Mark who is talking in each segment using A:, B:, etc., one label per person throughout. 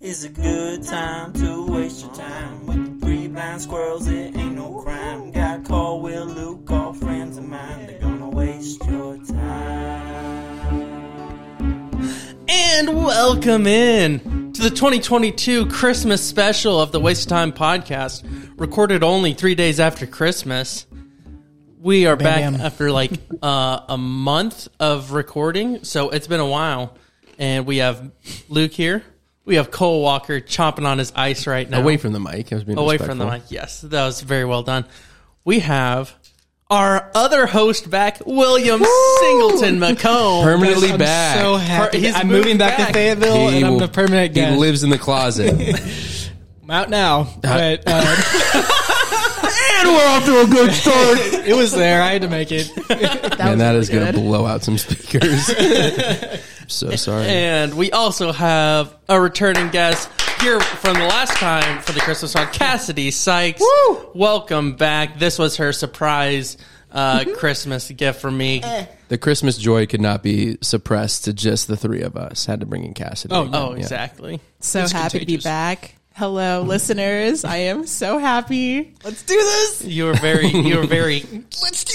A: It's a good time to waste your time with the three blind squirrels. It ain't no crime. Got call Will Luke, all friends of mine. They're gonna waste your time.
B: And welcome in to the 2022 Christmas special of the Waste of Time podcast, recorded only three days after Christmas. We are back
C: Bam, bam.
B: after like uh, a month of recording, so it's been a while. And we have Luke here. We have Cole Walker chomping on his ice right now.
D: Away from the mic. I was being
B: away from
D: respectful.
B: the mic. Yes, that was very well done. We have our other host back, William Singleton McComb.
D: Permanently
C: I'm
D: back.
C: so happy.
B: He's
C: I'm
B: moved
C: moving back,
B: back.
C: to Fayetteville,
D: He
C: and I'm
D: will-
C: the permanent
D: He
C: guest.
D: lives in the closet.
C: I'm out now, but uh,
D: and we're off to a good start.
C: it was there. I had to make it.
D: and that is going to blow out some speakers. I'm so sorry.
B: And we also have a returning guest here from the last time for the Christmas song, Cassidy Sykes.
C: Woo!
B: Welcome back. This was her surprise uh,
C: Mm-hmm.
B: Christmas gift for me.
C: Eh.
D: The Christmas joy could not be suppressed to just the three of us. Had to bring in Cassidy.
C: Oh,
B: Oh,
D: Yeah.
B: exactly.
E: So happy
C: contagious.
E: to be back. Hello, listeners. I am so happy. Let's do this.
B: You were very, you were very,
E: Let's do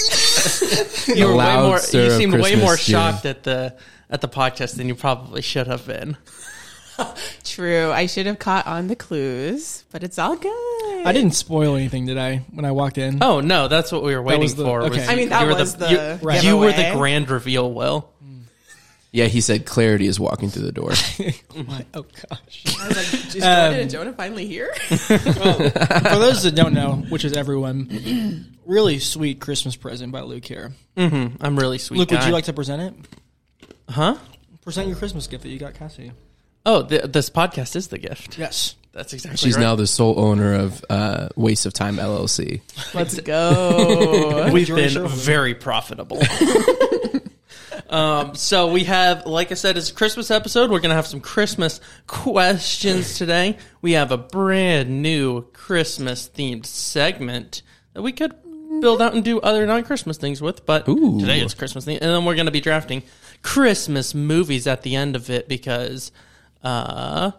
E: this.
B: you were way
D: loud
B: more,
D: stir
B: you
D: of
B: seemed way
D: Christmas,
B: more
D: yeah.
B: shocked at the at the podcast than you probably should have been.
E: True. I should have caught on the clues, but it's all good.
C: I didn't spoil anything, did I? When I walked in,
B: Oh no, that's what we were waiting
C: was the-
B: for.
C: okay.
E: I mean, that
B: you were
E: was the
B: you- you,
E: Right.
B: were the
E: giveaway.
B: grand reveal. Will
D: Yeah, he said clarity is walking through the door.
C: I'm like, oh gosh.
E: I was like, is Jordan and Jonah finally here?
C: For those that don't know, which is everyone, really sweet Christmas present by Luke here.
B: I'm really sweet.
C: Luke, would
B: guy.
C: you like to present it?
B: Huh?
C: Present your Christmas gift that you got, Cassidy.
B: Oh, th- this podcast is the gift.
C: Yes.
B: That's exactly.
D: She's
B: right.
D: now the sole owner of uh, Waste of Time LLC.
E: Let's go.
B: We've
C: Jordan
B: been
C: Sherman.
B: very profitable. um, so we have, like I said, it's a Christmas episode. We're gonna have some Christmas questions today. We have a brand new Christmas themed segment that we could build out and do other non Christmas things with, but
D: Ooh.
B: today it's Christmas themed, and then we're gonna be drafting Christmas movies at the end of it because, uh,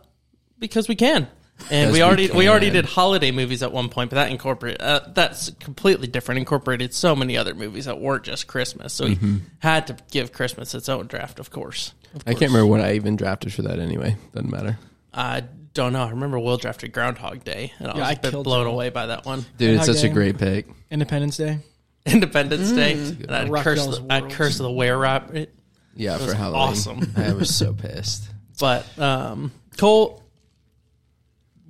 B: because we can. And
D: Because
B: we
D: we
B: already we, already
D: can.
B: did holiday movies at one point, but that incorporate uh, that's completely different. Incorporated so many other movies that weren't just Christmas, so we had to give Christmas its own draft. Of course,
D: I can't remember what I even drafted for that anyway. Doesn't matter.
B: I don't know. I remember Will drafted Groundhog Day, and I was
C: Yeah, I
B: a bit
C: killed
B: blown
C: him.
B: away by that one.
D: Dude, it's
C: Groundhog
D: such a
C: Day.
D: great pick.
C: Independence Day.
B: Independence Day, and I
C: Mm. Rock
B: cursed
C: Y'all's
B: the, I
C: Worlds.
B: cursed the were rabbit,
D: Yeah, for Halloween.
B: awesome.
D: I was so pissed.
B: but um, Cole.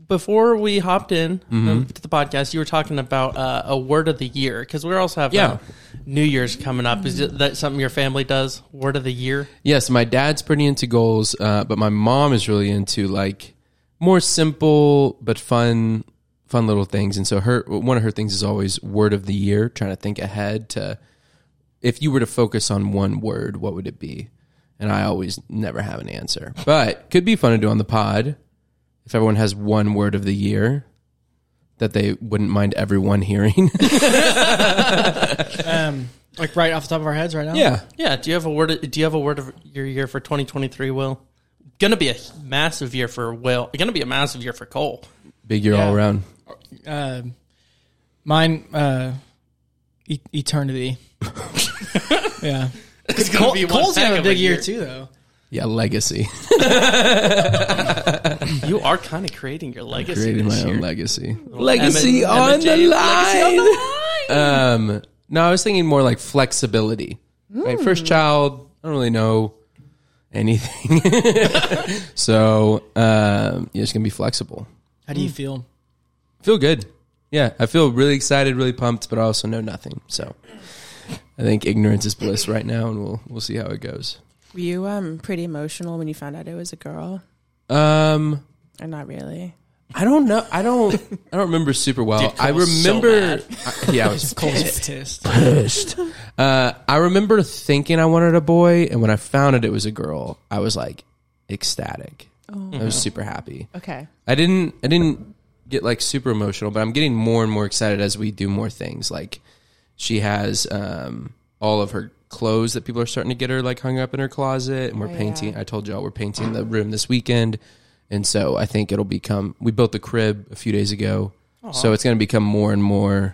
B: Before we hopped in um, to the podcast, you were talking about uh, a word of the year because we also have
D: Yeah.
B: uh, New Year's coming up. Is it- that something your family does? Word of the year?
D: Yes, my dad's pretty into goals, uh, but my mom is really into like more simple but fun, fun little things. And so her one of her things is always word of the year, trying to think ahead to if you were to focus on one word, what would it be? And I always never have an answer, but could be fun to do on the pod if everyone has one word of the year that they wouldn't mind everyone hearing.
C: Um, like right off the top of our heads right now.
D: yeah,
B: Yeah. Do you have a word? Do you have a word of your year for 2023? Will gonna be a massive year for Will. Gonna be a massive year for Cole.
D: big year
C: Yeah.
D: all around.
C: Uh, mine. Uh, e- eternity. yeah.
B: It's gonna
C: Cole,
B: be one
C: Cole's
B: heck
C: having a
B: of a
C: big year
B: year.
C: too, though.
D: Yeah, legacy.
B: You are kind of creating your legacy.
D: creating
B: this
D: my
B: year.
D: own legacy.
B: Legacy Emmett- on Emmett the James, legacy on
D: Um, no, I was thinking more like flexibility. Right,
B: Hmm.
D: first child, I don't really know anything, so um, yeah, it's gonna be flexible.
C: How do
D: Hmm.
C: you feel?
D: Feel good, yeah. I feel really excited, really pumped, but I also know nothing. So I think ignorance is bliss right now, and we'll we'll see how it goes.
E: Were you um pretty emotional when you found out it was a girl?
D: Um,
E: Or not really?
D: I don't know. I don't. I don't remember super well.
B: Cole
D: I
B: was so
D: remember.
B: mad.
D: I- yeah, I was
C: Cole's pissed.
D: pissed. Uh, I remember thinking I wanted a boy, and when I found out it was a girl, I was like ecstatic. I was super happy.
E: Okay.
D: I didn't. I didn't get like super emotional, but I'm getting more and more excited as we do more things. Like she has um, all of her clothes that people are starting to get her like hung up in her closet, and we're
E: Oh, yeah.
D: painting. I told y'all we're painting the room this weekend, And so I think it'll become. We built the crib a few days ago, so it's going to become more and more,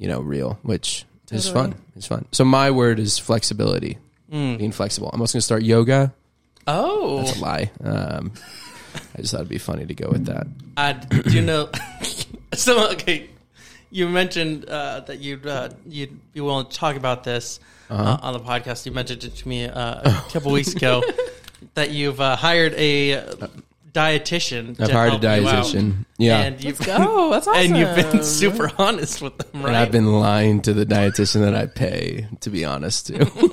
D: you know, real, which is fun. It's fun. So my word is flexibility.
E: Mm.
D: Being flexible. I'm also going to start yoga.
B: Oh,
D: That's a lie. Um, I just thought it'd be funny to go with that.
B: I do you know. so okay, you mentioned uh, that you'd uh, you'd be willing to talk about this uh
D: Uh-huh.
B: on the podcast. You mentioned it to me uh, a couple weeks ago that you've uh, hired a dietitian.
D: I've
B: to
D: hired
B: help
D: a
B: you out.
D: dietitian. Yeah.
B: and you've
E: Oh, that's awesome.
B: and you've been super honest with them, right?
D: And I've been lying to the dietitian that I pay, to be honest, too.
C: What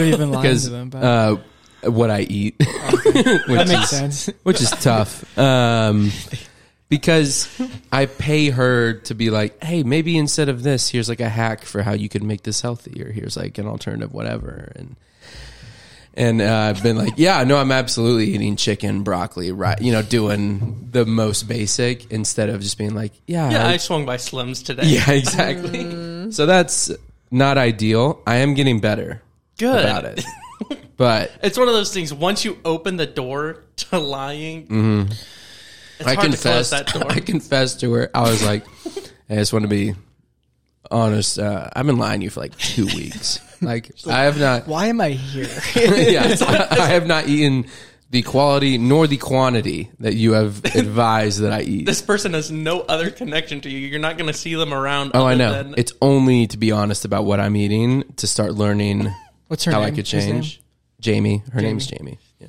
C: have you been lying
D: Because
C: to them about?
D: uh, what I eat, which,
C: that makes
D: is,
C: sense.
D: which is tough. Um, because I pay her to be like, hey, maybe instead of this, here's like a hack for how you could make this healthy, or here's like an alternative, whatever. And and uh, I've been like, yeah, no, I'm absolutely eating chicken, broccoli, right? You know, doing the most basic instead of just being like, yeah,
B: yeah,
D: I-
B: I swung by Slim's today.
D: yeah, exactly.
B: Mm.
D: So that's not ideal. I am getting better
B: Good.
D: about it. But
B: It's one of those things. Once you open the door to lying, it's
D: Mm-hmm. I
B: hard
D: confessed,
B: to close that door.
D: I confessed to her. I was like, I just want to be honest. Uh, I've been lying to you for like two weeks. Like, I have not.
C: Why am I here?
D: yeah, I have not eaten the quality nor the quantity that you have advised that I eat.
B: this person has no other connection to you. You're not going to see them around.
D: Oh, I
B: other
D: know.
B: Than,
D: it's only to be honest about what I'm eating to start learning
C: What's her
D: how
C: name?
D: I could
C: His name?
D: change. Jamie, her name's Jamie. Yeah.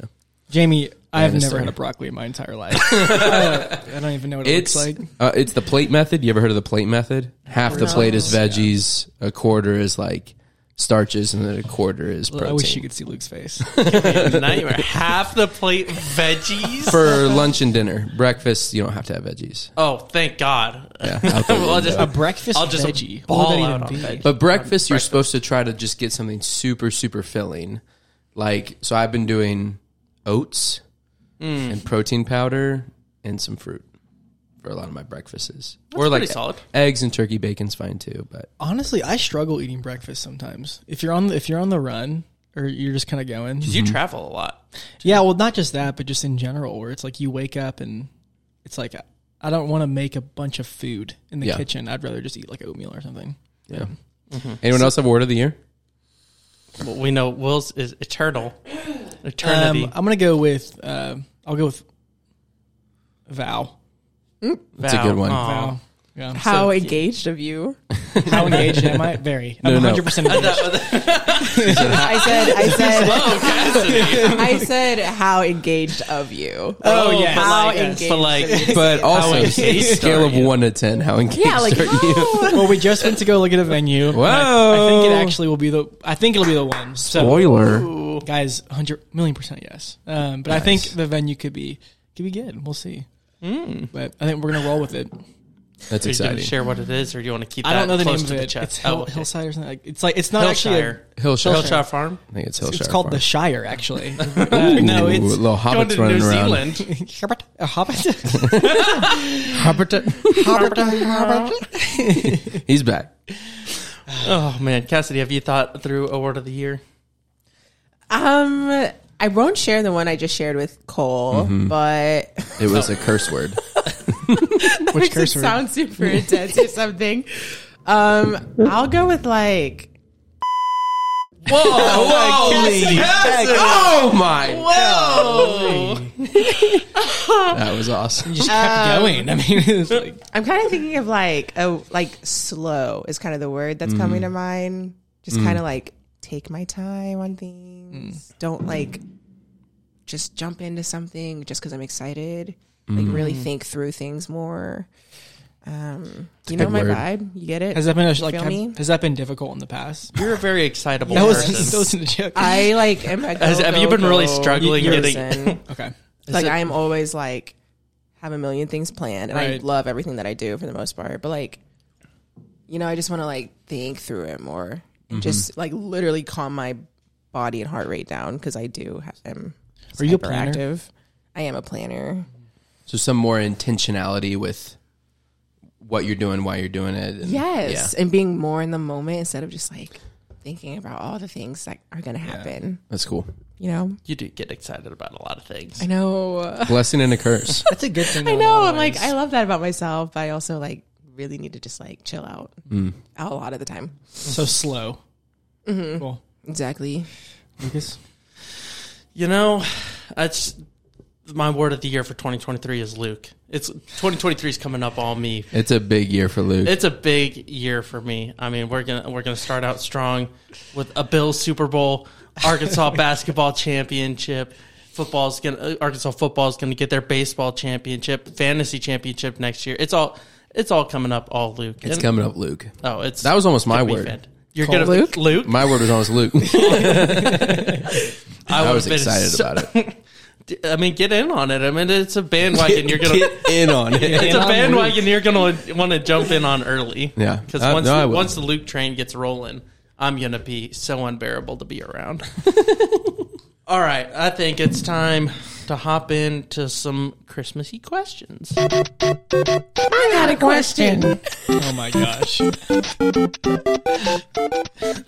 C: Jamie, I've never
D: Lannister.
C: had a broccoli in my entire life. I don't- I don't even know what it
D: It's
C: looks like.
D: uh, it's the plate method. You ever heard of the plate method? Half the plate is veggies, a quarter is like starches, and then a quarter is protein.
C: I wish you could see Luke's face.
B: now you're half the plate veggies.
D: for lunch and dinner, breakfast you don't have to have veggies.
B: oh, thank God.
D: Yeah, out the
B: Well, I'll just-
D: window.
C: breakfast
B: I'll just
C: veggie.
B: ball
C: What would that
B: out
C: even
B: on
C: be?
D: But breakfast, you're supposed to try to just get something super, super filling. Like, so I've been doing oats and protein powder and some fruit for a lot of my breakfasts. or like
B: pretty solid.
D: eggs and turkey bacon's fine too, but
C: Honestly, I struggle eating breakfast sometimes. If you're on the, if you're on the run or you're just kind of going,
B: You
D: Mm-hmm.
B: travel a lot.
C: yeah. Well, not just that, but just in general, where it's like you wake up and it's like I don't want to make a bunch of food in the
D: Yeah.
C: kitchen. I'd rather just eat like oatmeal or something.
D: yeah. Anyone else have a word of the year?
B: Well, we know Will's is eternal. Eternity.
C: Um, I'm gonna go with. Uh, I'll go with. Vow.
D: That's a good one.
B: Vow.
C: Vow. Yeah.
E: How engaged of you?
C: How engaged am I? Very. I'm
D: No, no.
C: 100% engaged.
E: I said, I said,
B: Oh, Cassidy.
E: I said, how engaged of you?
C: Oh, yeah.
E: how
B: But like-
E: engaged?
B: but like-
E: of you.
D: But also,
B: engaged are
D: scale of
B: you?
D: one to ten, how engaged
E: yeah, like
D: are you?
E: how?
C: well, we just went to go look at a venue. and I, I think it
D: Whoa.
C: actually will be the. I think it'll be the one. So,
D: Spoiler.
C: guys, hundred million percent yes. Um, but I think the venue could be could be good. We'll see.
D: Hmm.
C: But I think we're gonna roll with it.
D: That's
B: Are you going to
D: exciting.
B: share what it is, or do you want to keep that
C: I don't know the
B: close
C: name of
B: to the
C: it.
B: chest?
C: It's Hill,
B: oh, okay.
C: Hillside or something. Like, it's like it's not actually. A,
B: Hillshire.
D: Hillshire.
B: Hillshire Farm.
D: I think it's
C: it's
D: Hillshire.
C: called the
D: Farm.
C: Shire, actually. Uh, no,
D: Ooh,
C: it's
D: little
B: Going
D: hobbits
B: to New
D: running around.
B: Zealand.
C: Herbert. A hobbit.
D: He's back.
B: Oh man, Cassidy, have you thought through a word of the year?
E: Um, I won't share the one I just shared with Cole, but
D: It was a curse word.
C: Which
E: makes it
C: curse word?
E: sound super intense or something. Um, I'll go with like.
B: Whoa! whoa Cassidy!
D: Oh my!
B: Whoa!
D: That was awesome.
C: just kept going. I mean, it's like
E: I'm kind of thinking of like oh, like slow is kind of the word that's coming to mind. Just kind of like take my time on things. Don't like just jump into something just because I'm excited. Like really think through things more. Um, you know
D: good
E: my
D: word.
E: vibe. You get it.
C: has that been a, like
E: Feel
C: have-
E: me?
C: has that been difficult in the past?
B: You're a very excitable
C: That
B: person.
C: was that wasn't a joke.
E: I like am a
B: Has-
E: go,
B: have
E: go,
B: you been really
E: go
B: struggling
C: You're-
E: person.
C: okay.
E: like
B: it-
E: I'm always like have a million things planned, and
C: Right.
E: I love everything that I do for the most part. But like, you know, I just want to like think through it more, and just
C: Mm-hmm.
E: like literally calm my body and heart rate down because I do ha- am.
C: Are you a planner? Mm-hmm.
E: hyperactive. I am a planner.
D: So some more intentionality with what you're doing, why you're doing it. and-
E: Yes, and being more in the moment instead of just like thinking about all the things that are going to happen.
D: That's cool.
E: You know,
B: You do get excited about a lot of things.
E: I know.
D: Blessing and a curse.
C: That's a good thing.
E: I
C: though, in a
E: know.
C: lot of
E: I'm like,
C: ways.
E: I love that about myself, but I also like really need to just like chill out
C: Mm.
E: a lot of the time.
C: so slow.
B: Mm-hmm.
C: Cool.
E: Exactly.
C: Lucas,
B: You know, that's my word of the year for 2023 is Luke. It's 2023 is coming up all me.
D: It's a big year for Luke.
B: It's a big year for me. I mean, we're gonna we're gonna start out strong with a Bills Super Bowl, Arkansas basketball championship, football's gonna uh, Arkansas football's gonna get their baseball championship, fantasy championship next year. It's all it's all coming up, all Luke.
D: it's
B: And-
D: coming up, Luke.
B: Oh, it's
D: That was almost my
B: gonna be
D: word.
B: fant- You're
E: Call
B: gonna
E: Luke?
B: Luke. Luke.
D: My word was almost Luke.
B: I,
D: I
B: would've
D: was
B: been
D: excited
B: so-
D: about it.
B: I mean, get in on it. I mean, it's a bandwagon. You're gonna
D: Get in on it.
B: it's
C: in
B: a
C: on
B: bandwagon you're gonna want to jump in on early.
D: Yeah.
B: because
D: Uh,
B: once
D: no, I
B: the,
D: will.
B: once the Luke train gets rolling, I'm gonna be so unbearable to be around. All right, I think it's time to hop into some Christmassy questions.
C: oh my gosh,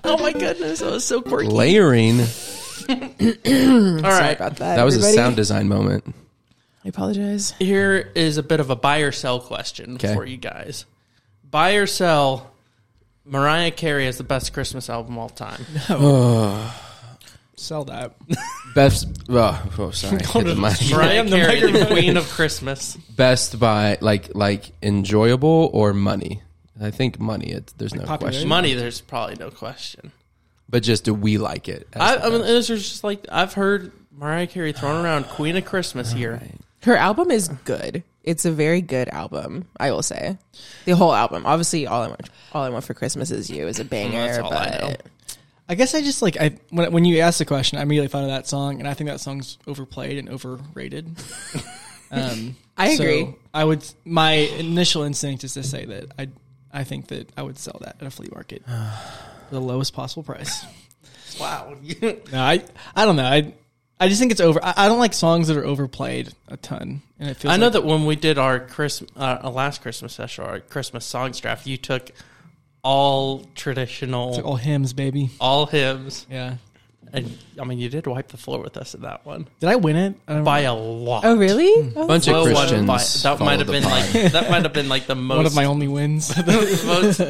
B: Oh my goodness, that was so quirky.
D: Layering.
B: All right,
E: About that.
D: That was a
E: everybody.
D: sound design moment.
E: I apologize.
B: here is a bit of a buy or sell question
D: Okay.
B: for you guys. Buy or sell? Mariah Carey is the best Christmas album of all time.
C: sell that.
D: Best. Oh, oh sorry. Hit the mic.
B: Mariah
C: The
B: Carey, the
C: microphone.
B: queen of Christmas.
D: Best by like like enjoyable or money. I think money. It, there's no
C: popularity?
D: question.
B: Money, there's probably no question.
D: But just do we like it?
B: I, I mean, this is just like I've heard Mariah Carey thrown around "Queen of Christmas" here.
E: Her album is good. It's a very good album, I will say. The whole album. Obviously, all I want, all I want for Christmas is you is a
D: Mm,
E: banger.
B: That's all I
E: but
B: know.
C: I guess I just like I when when you asked the question, I immediately thought of that song, and I think that song's overplayed and overrated. um,
E: I
C: so
E: agree.
C: I would. My initial instinct is to say that I I think that I would sell that at a flea market, for the lowest possible price.
B: Wow,
C: No, I I don't know. I I just think it's over. I, I don't like songs that are overplayed a ton, and it feels.
B: I know
C: like-
B: that when we did our Christmas, uh, our last Christmas special, our Christmas songs draft, you took all traditional,
C: it's like all hymns, baby.
B: all hymns,
C: Yeah.
B: and I mean, you did wipe the floor with us in that one
C: Did I win it? I don't
B: by a lot.
E: Oh,
C: Mm.
E: really? Oh,
D: bunch of
B: Well, one
D: Christians.
B: by- that
D: follow
B: might have
D: the
B: been
D: pod.
B: like that might have been like the most
C: one of my only wins.
B: votes.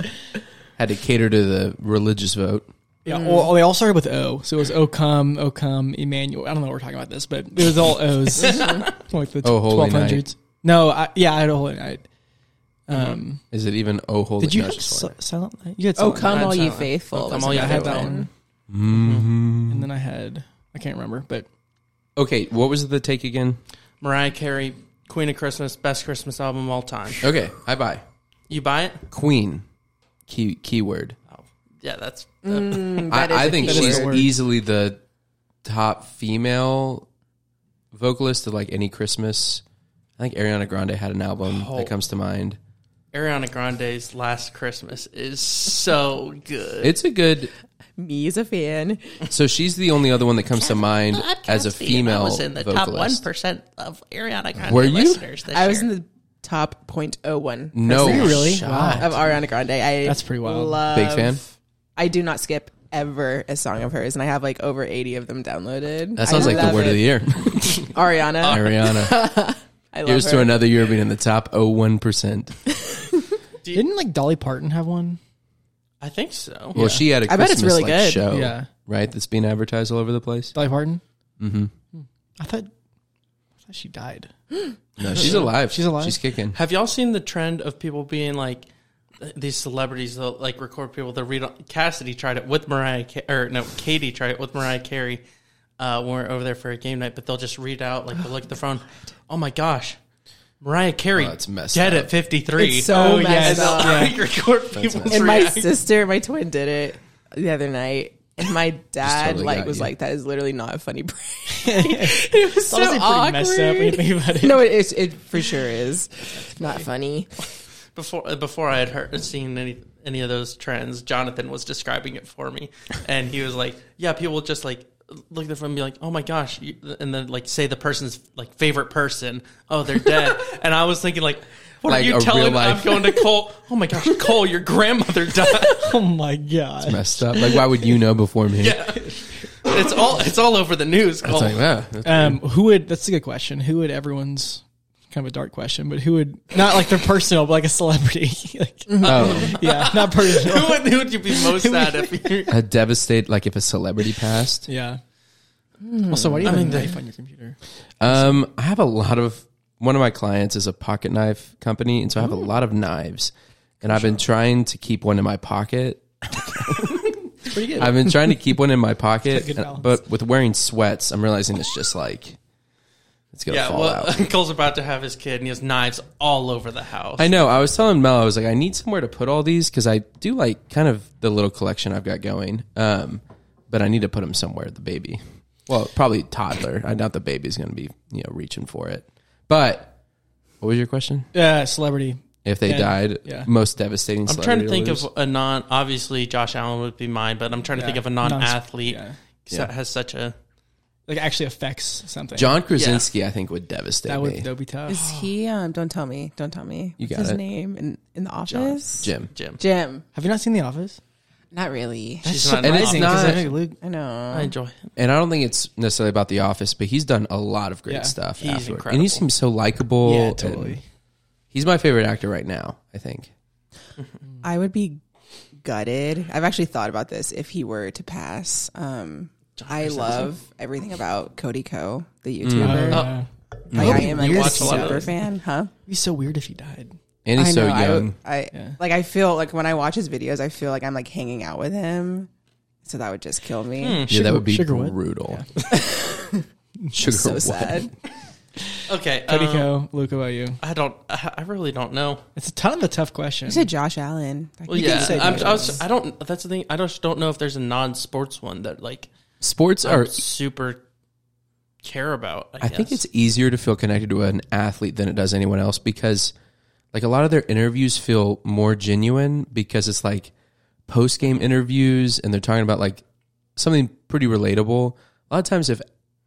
D: had to cater to the religious vote.
C: Yeah, well, they all started with O, so it was O come, O come, Emmanuel. I don't know what we're talking about this, but it was all O's, like the
D: Oh, Holy
C: twelve hundreds. No, I, yeah, I had a holy night. Um,
D: Is it even oh Uh-huh. holy?
C: did you
D: no,
C: have
D: just
C: si-
D: one.
C: silent night? You had
E: oh
C: silent
E: come
B: that's
E: all you
B: not-
E: faithful.
B: Oh, Come
E: was
B: All You
E: another
C: Faithful. I had that one.
D: Mhm.
C: night, and then I had I can't remember, but
D: Okay, what was the take again?
B: Mariah Carey, Queen of Christmas, best Christmas album of all time.
D: Okay, I buy
B: You buy it?
D: Queen. Key keyword.
B: Oh, yeah, that's
E: That is
D: I, I
E: a
D: think
E: key
D: she's
C: word.
D: easily the top female vocalist of like any Christmas. I think Ariana Grande had an album
B: Oh.
D: that comes to mind.
B: Ariana Grande's Last Christmas is so good.
D: It's a good.
E: Me as a fan.
D: So she's the only other one that comes to mind as a female
B: I was in the top one
D: vocalist.
B: percent of Ariana Grande
D: Were you?
B: listeners. This
E: I was in
B: year.
E: the top 0.01
D: No,
C: Were you really?
D: shot.
E: of Ariana Grande. I
C: That's pretty wild.
E: Love,
D: big fan.
E: I do not skip ever a song of hers, and I have like over 80 of them downloaded.
D: That sounds
E: I
D: like the
E: love
D: word of
E: it.
D: the year.
E: Ariana.
D: Ariana.
E: I love
D: Here's
E: her.
D: to another year being in the top 01%.
C: didn't like Dolly Parton have one?
B: I think so.
D: Well, she had a
E: I bet
D: Christmas
E: it's really
D: like,
E: good.
D: show,
C: Yeah.
D: right? That's being advertised all over the place.
C: Dolly Parton. Mm-hmm. I thought, I thought she died.
D: No, she's alive.
C: She's alive?
D: She's kicking.
B: Have y'all seen the trend of people being like these celebrities? They'll like record people. They'll read. Cassidy tried it with Mariah, Ca- or no, Katie tried it with Mariah Carey uh, when we are over there for a game night. But they'll just read out like they'll look at the phone. Oh my gosh. Mariah Carey,
D: Oh, it's messed
B: dead
D: up.
B: at fifty three.
E: It's so
C: yeah,
B: and
E: messed
B: they'll
E: up.
B: like, record people's
E: And my
B: reactions.
E: sister, my twin, did it the other night, and my dad
D: totally
E: like
D: got
E: was
D: you.
E: like, "That is literally not a funny prank." it was so
C: Honestly, pretty
E: awkward.
C: messed up when you think about it.
E: no, it, it it for sure is not funny.
B: before uh, before I had heard, seen any any of those trends, Jonathan was describing it for me, and he was like, "Yeah, people just like look at the phone and be like, oh my gosh,' you, and then like say the person's like favorite person, oh they're dead,' and I was thinking like, What
D: like
B: are you
D: a
B: telling?
D: real life
B: I'm going to Cole. Oh my gosh, Cole, your grandmother died.
C: Oh my god.
D: messed up. Like, why would you know before me?
B: yeah, it's all it's all over the news. Cole.
D: It's like, wow, that's
C: Um, who would? That's a good question. Who would everyone's kind of a dark question, but who would not like their personal, but like a celebrity? like,
D: Oh,
C: yeah, not personal.
B: who would who would you be most sad if you?
D: a devastate. Like if a celebrity passed.
C: yeah. Also, why do you have
B: I mean,
C: a
B: they-
C: knife on your computer?
D: Um, I have a lot of. One of my clients is a pocket knife company, and so I have a lot of knives, and I've been trying to keep one in my pocket.
C: It's pretty good.
D: I've been trying to keep one in my pocket,
C: good
D: and-
C: balance.
D: but with wearing sweats, I'm realizing it's just like it's gonna
B: Yeah,
D: fall
B: well,
D: out.
B: Cole's about to have his kid, and he has knives all over the house.
D: I know. I was telling Mel, I was like, I need somewhere to put all these because I do like kind of the little collection I've got going. Um, but I need to put them somewhere. The baby, well, probably toddler. I doubt the baby's going to be you know reaching for it. But what was your question?
C: uh, celebrity.
D: If they
C: Yeah,
D: died,
C: yeah.
D: most devastating.
B: I'm trying to think
D: celebrity
B: of a non. Obviously, Josh Allen would be mine, but I'm trying to
C: Yeah.
B: think of a
C: Non-
B: non-athlete
C: yeah.
B: that has such a.
C: Like actually affects something.
D: John Krasinski. I think would devastate
C: that would
D: me.
C: that would be tough.
E: Is he? Um, don't tell me. Don't tell me.
D: You
E: What's
D: got
E: his
D: it.
E: name in in the office.
D: Jim.
B: Jim.
E: Jim.
C: Have you not seen The Office?
E: Not really.
B: She's
C: That's
B: not in the
C: surprising, 'cause
D: office.
C: I think Luke-
E: I know.
B: I enjoy. Him.
D: And I don't think it's necessarily about The Office, but he's done a lot of great
C: Yeah.
D: stuff.
B: He's
D: afterward. And
B: incredible.
D: he seems so likable.
C: Yeah,
D: and
C: totally.
D: He's my favorite actor right now. I think.
E: I would be gutted. I've actually thought about this if he were to pass. Um, I love everything about Cody Co, the YouTuber.
C: Oh,
B: Oh.
E: Like, I am like
B: You
E: a
B: watch a lot of
E: super
B: those.
E: fan, huh?
C: It'd be so weird if he died.
D: And he's
E: I
D: so
E: know, I
D: young.
E: would- I,
C: Yeah.
E: like. I feel like when I watch his videos, I feel like I'm like hanging out with him. So that would just kill me.
D: Yeah, that would be
C: Sugarwood.
D: brutal. Sugar
E: So
D: what?
E: sad.
B: Okay,
C: Cody
B: um,
C: Co, Luke, how about you?
B: I don't. I I really don't know.
C: It's a ton of a tough question.
E: You said Josh Allen.
B: Well,
E: You can
B: yeah,
E: say
B: I'm,
E: Josh
B: I, was,
E: Allen.
B: I don't. That's the thing. I just don't know if there's a non-sports one that like
D: Sports
B: I
D: are.
B: super care about. I,
D: I think
B: guess.
D: it's easier to feel connected to an athlete than it does anyone else because, like, a lot of their interviews feel more genuine because it's like post game interviews and they're talking about like something pretty relatable. A lot of times, if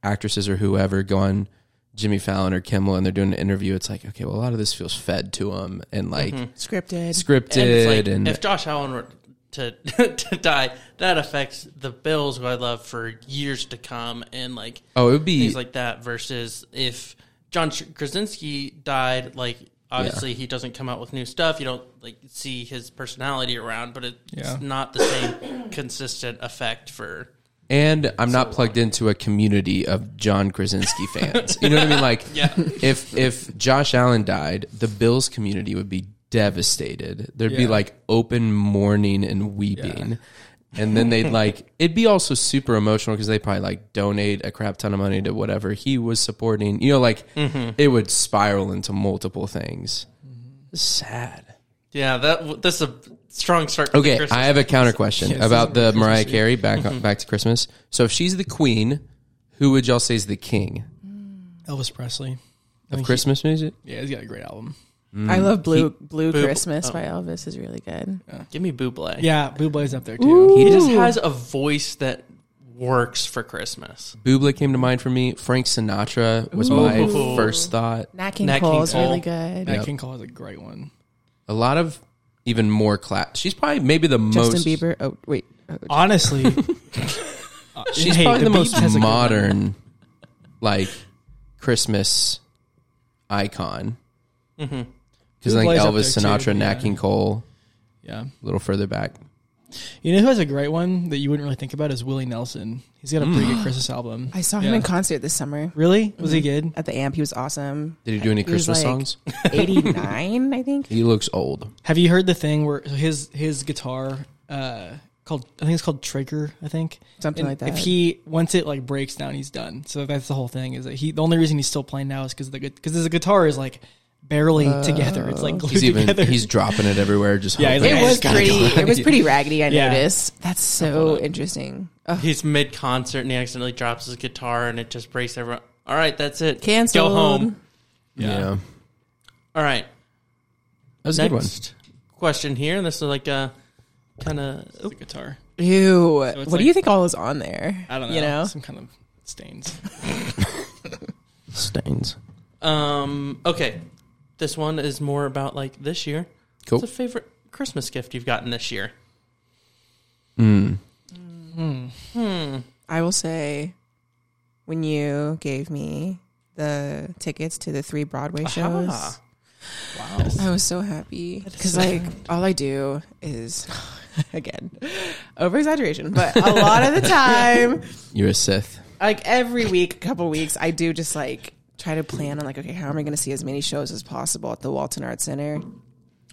D: actresses or whoever go on Jimmy Fallon or Kimmel and they're doing an interview, it's like, okay, well, a lot of this feels fed to them and like
E: scripted.
D: scripted
B: Mm-hmm. And
D: and,
B: it's like, if Josh Allen were to to die, that affects the Bills, who I love for years to come, and like
D: oh, it would be
B: things like that. Versus if John Sh- Krasinski died, like obviously he doesn't come out with new stuff. You don't like see his personality around, but it's
C: Yeah.
B: not the same consistent effect for.
D: And I'm not plugged into a community of John Krasinski fans. You know what I mean? Like, if if Josh Allen died, the Bills community would be devastated. There'd be
C: Yeah.
D: like open mourning and weeping, and then they'd like it'd be also super emotional because they probably like donate a crap ton of money to whatever he was supporting. You know, like it would spiral into multiple things. Sad.
B: Yeah, that that's a strong start. to
D: Okay,
B: Christmas.
D: I have a counter question
C: Yes, Mm-hmm.
D: about
C: this
D: the
C: is
D: Mariah Carey back on, back to Christmas. So if she's the queen, who would y'all say is the king
C: Elvis Presley.
D: of Christmas music?
C: Yeah, he's got a great album.
E: I love Blue Blue
B: Blue-
E: Christmas by Elvis is really good.
B: give me Buble.
C: Yeah, Bublé's up there too.
B: He just has a voice that works for Christmas.
D: Buble came to mind for me. Frank Sinatra was my
B: Ooh.
D: first thought.
E: Nat King
B: Nat King
E: Cole is
B: Cole.
E: really good.
C: That King Cole is a great one.
D: A lot of even more class. She's probably maybe the
E: Justin
D: most.
E: Bieber. Oh wait, oh,
C: Honestly, uh,
D: She's probably the, most modern, like Christmas icon.
B: Mm-hmm.
D: Because I
C: Buble's
D: think
C: up
D: Elvis
C: there too,
D: Sinatra, Nat
C: yeah.
D: King Cole,
C: Yeah,
D: a little further back.
C: you know who has a great one that you wouldn't really think about is Willie Nelson. He's got a pretty
D: Mm.
C: good Christmas album.
E: I saw him
C: Yeah.
E: in concert this summer
C: Really? Was he
D: Mm-hmm.
C: good?
E: at the Amp. He was awesome.
D: Did he do any
E: He was
D: Christmas
E: like
D: songs?
E: 89, I think.
D: He looks old.
C: Have you heard the thing where so his his guitar uh called I think it's called Traker, I think.
E: Something
C: And
E: like that.
C: If he once it like breaks down, he's done. So that's the whole thing is that he the only reason he's still playing now is cuz the cuz his guitar is like barely
E: Uh,
C: together. It's like glued
D: He's even
C: together.
D: he's dropping it everywhere. Just
C: Yeah, he's
D: hoping.
E: It
C: I
E: was
C: just gotta
E: pretty. It was pretty raggedy. I
C: Yeah.
E: noticed. That's so interesting. Ugh.
B: He's mid concert and he accidentally drops his guitar and it just breaks everyone. All right, that's it.
E: Canceled.
B: Go home.
D: yeah. that
B: All right.
D: was a good one.
B: Next question here. This is like a kind of
C: the guitar.
E: Ew. what
C: it's
E: do you
C: like-
E: think all is on there?
C: I don't know.
E: You know.
C: Some kind of stains.
D: Stains.
B: um okay. This one is more about like this year.
D: Cool.
B: What's a favorite Christmas gift you've gotten this year?
D: Hmm.
B: Hmm.
E: I will say, when you gave me the tickets to the three Broadway shows,
B: Aha.
E: I was so happy because like all I do is, again, over exaggeration, but a lot of the time,
D: You're a Sith.
E: like every week, a couple weeks, I do just like try to plan on like, okay, how am I going to see as many shows as possible at the Walton Art Center?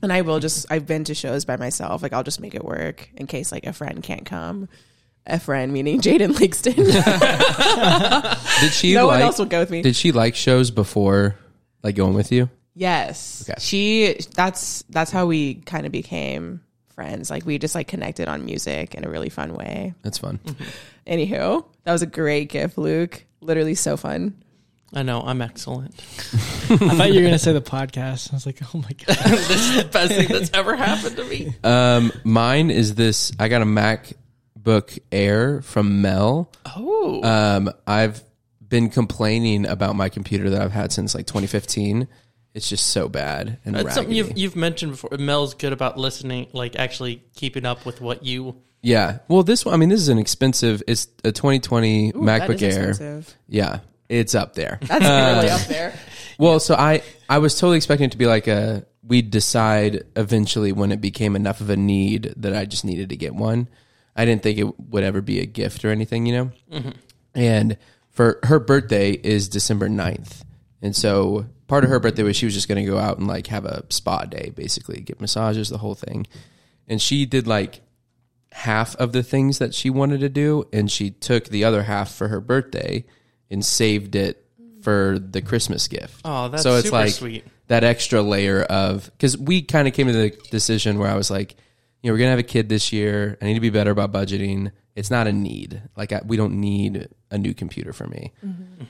E: And I will just, I've been to shows by myself. Like I'll just make it work in case like a friend can't come. A friend, meaning Jaden Langston.
D: Did she
E: no
D: like?
E: one else will go with me.
D: Did she like shows before, like going with you?
E: Yes.
D: Okay.
E: She that's that's how we kind of became friends. Like we just like connected on music in a really fun way.
D: That's fun.
E: Anywho, that was a great gift, Luke. Literally so fun.
B: I know I'm excellent.
C: I thought you were gonna say the podcast. I was like, oh my god,
B: this is the best thing that's ever happened to me.
D: Um, mine is this. I got a MacBook Air from Mel.
B: Oh,
D: Um, I've been complaining about my computer that I've had since like 2015. It's just so bad and
B: that's something
D: raggedy.
B: you've you've mentioned before. Mel's good about listening, like actually keeping up with what you.
D: yeah. Well, this one. I mean, this is an expensive. It's a 2020 MacBook Air.
E: expensive.
D: Yeah, it's up there. Uh,
E: That's really up there.
D: Well, so I I was totally expecting it to be like a we'd decide eventually when it became enough of a need that I just needed to get one. I didn't think it would ever be a gift or anything, you know. And for her birthday is December 9th. And so part of her birthday was she was just going to go out and like have a spa day basically, get massages, the whole thing. And she did like half of the things that she wanted to do and she took the other half for her birthday and saved it for the Christmas gift.
B: Oh, that's
D: so it's
B: super
D: like
B: sweet.
D: that extra layer of because we kind of came to the decision where I was like, you know, we're gonna have a kid this year. I need to be better about budgeting. It's not a need. Like I, we don't need a new computer for me.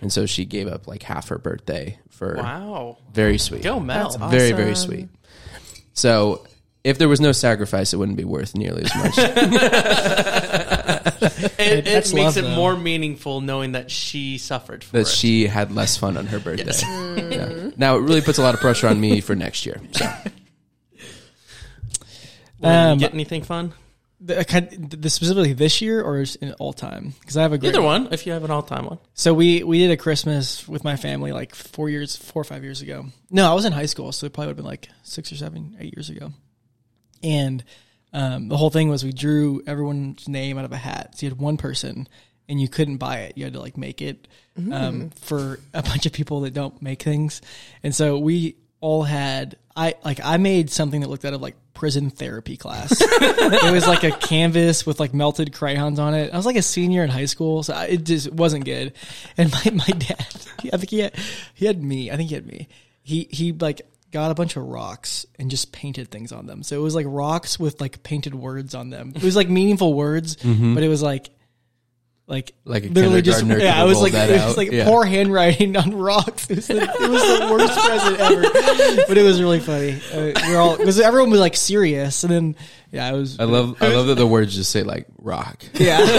D: And so she gave up like half her birthday for
B: Wow,
D: very sweet,
B: go Mel.
D: very very sweet. So if there was no sacrifice, it wouldn't be worth nearly as much.
B: It, it
C: That's
B: makes
C: love,
B: it
C: though.
B: more meaningful knowing that she suffered for
D: that
B: it.
D: she had less fun on her birthday. Yeah. Now it really puts a lot of pressure on me for next year. So
B: Lauren, you
C: Um,
B: get anything fun?
C: the, I kind- the specifically this year or is in all time? Because I have a great
B: Either one, if you have an all-time one.
C: So we we did a Christmas with my family like four years, four or five years ago. No, I was in high school, so it probably would have been like six or seven, eight years ago. And um, the whole thing was we drew everyone's name out of a hat. So you had one person, and you couldn't buy it. You had to like make it um, for a bunch of people that don't make things. And so we all had I like I made something that looked out of like prison therapy class. it was like a canvas with like melted crayons on it. I was like a senior in high school, so I, it just wasn't good. And my, my dad, I think he had, he had me. I think he had me. He he like got a bunch of rocks and just painted things on them. So it was like rocks with like painted words on them. It was like meaningful words, but it was like like
D: Mm-hmm. Like a
C: literally just
D: kindergartner
C: yeah.
D: could've
C: I was
D: rolled
C: like
D: that
C: it was
D: out.
C: like
D: Yeah.
C: poor handwriting on rocks. It was the, it was the worst present ever, but it was really funny. Uh, we're all because everyone was like serious, and then yeah, I was
D: I love I love that the words just say like rock.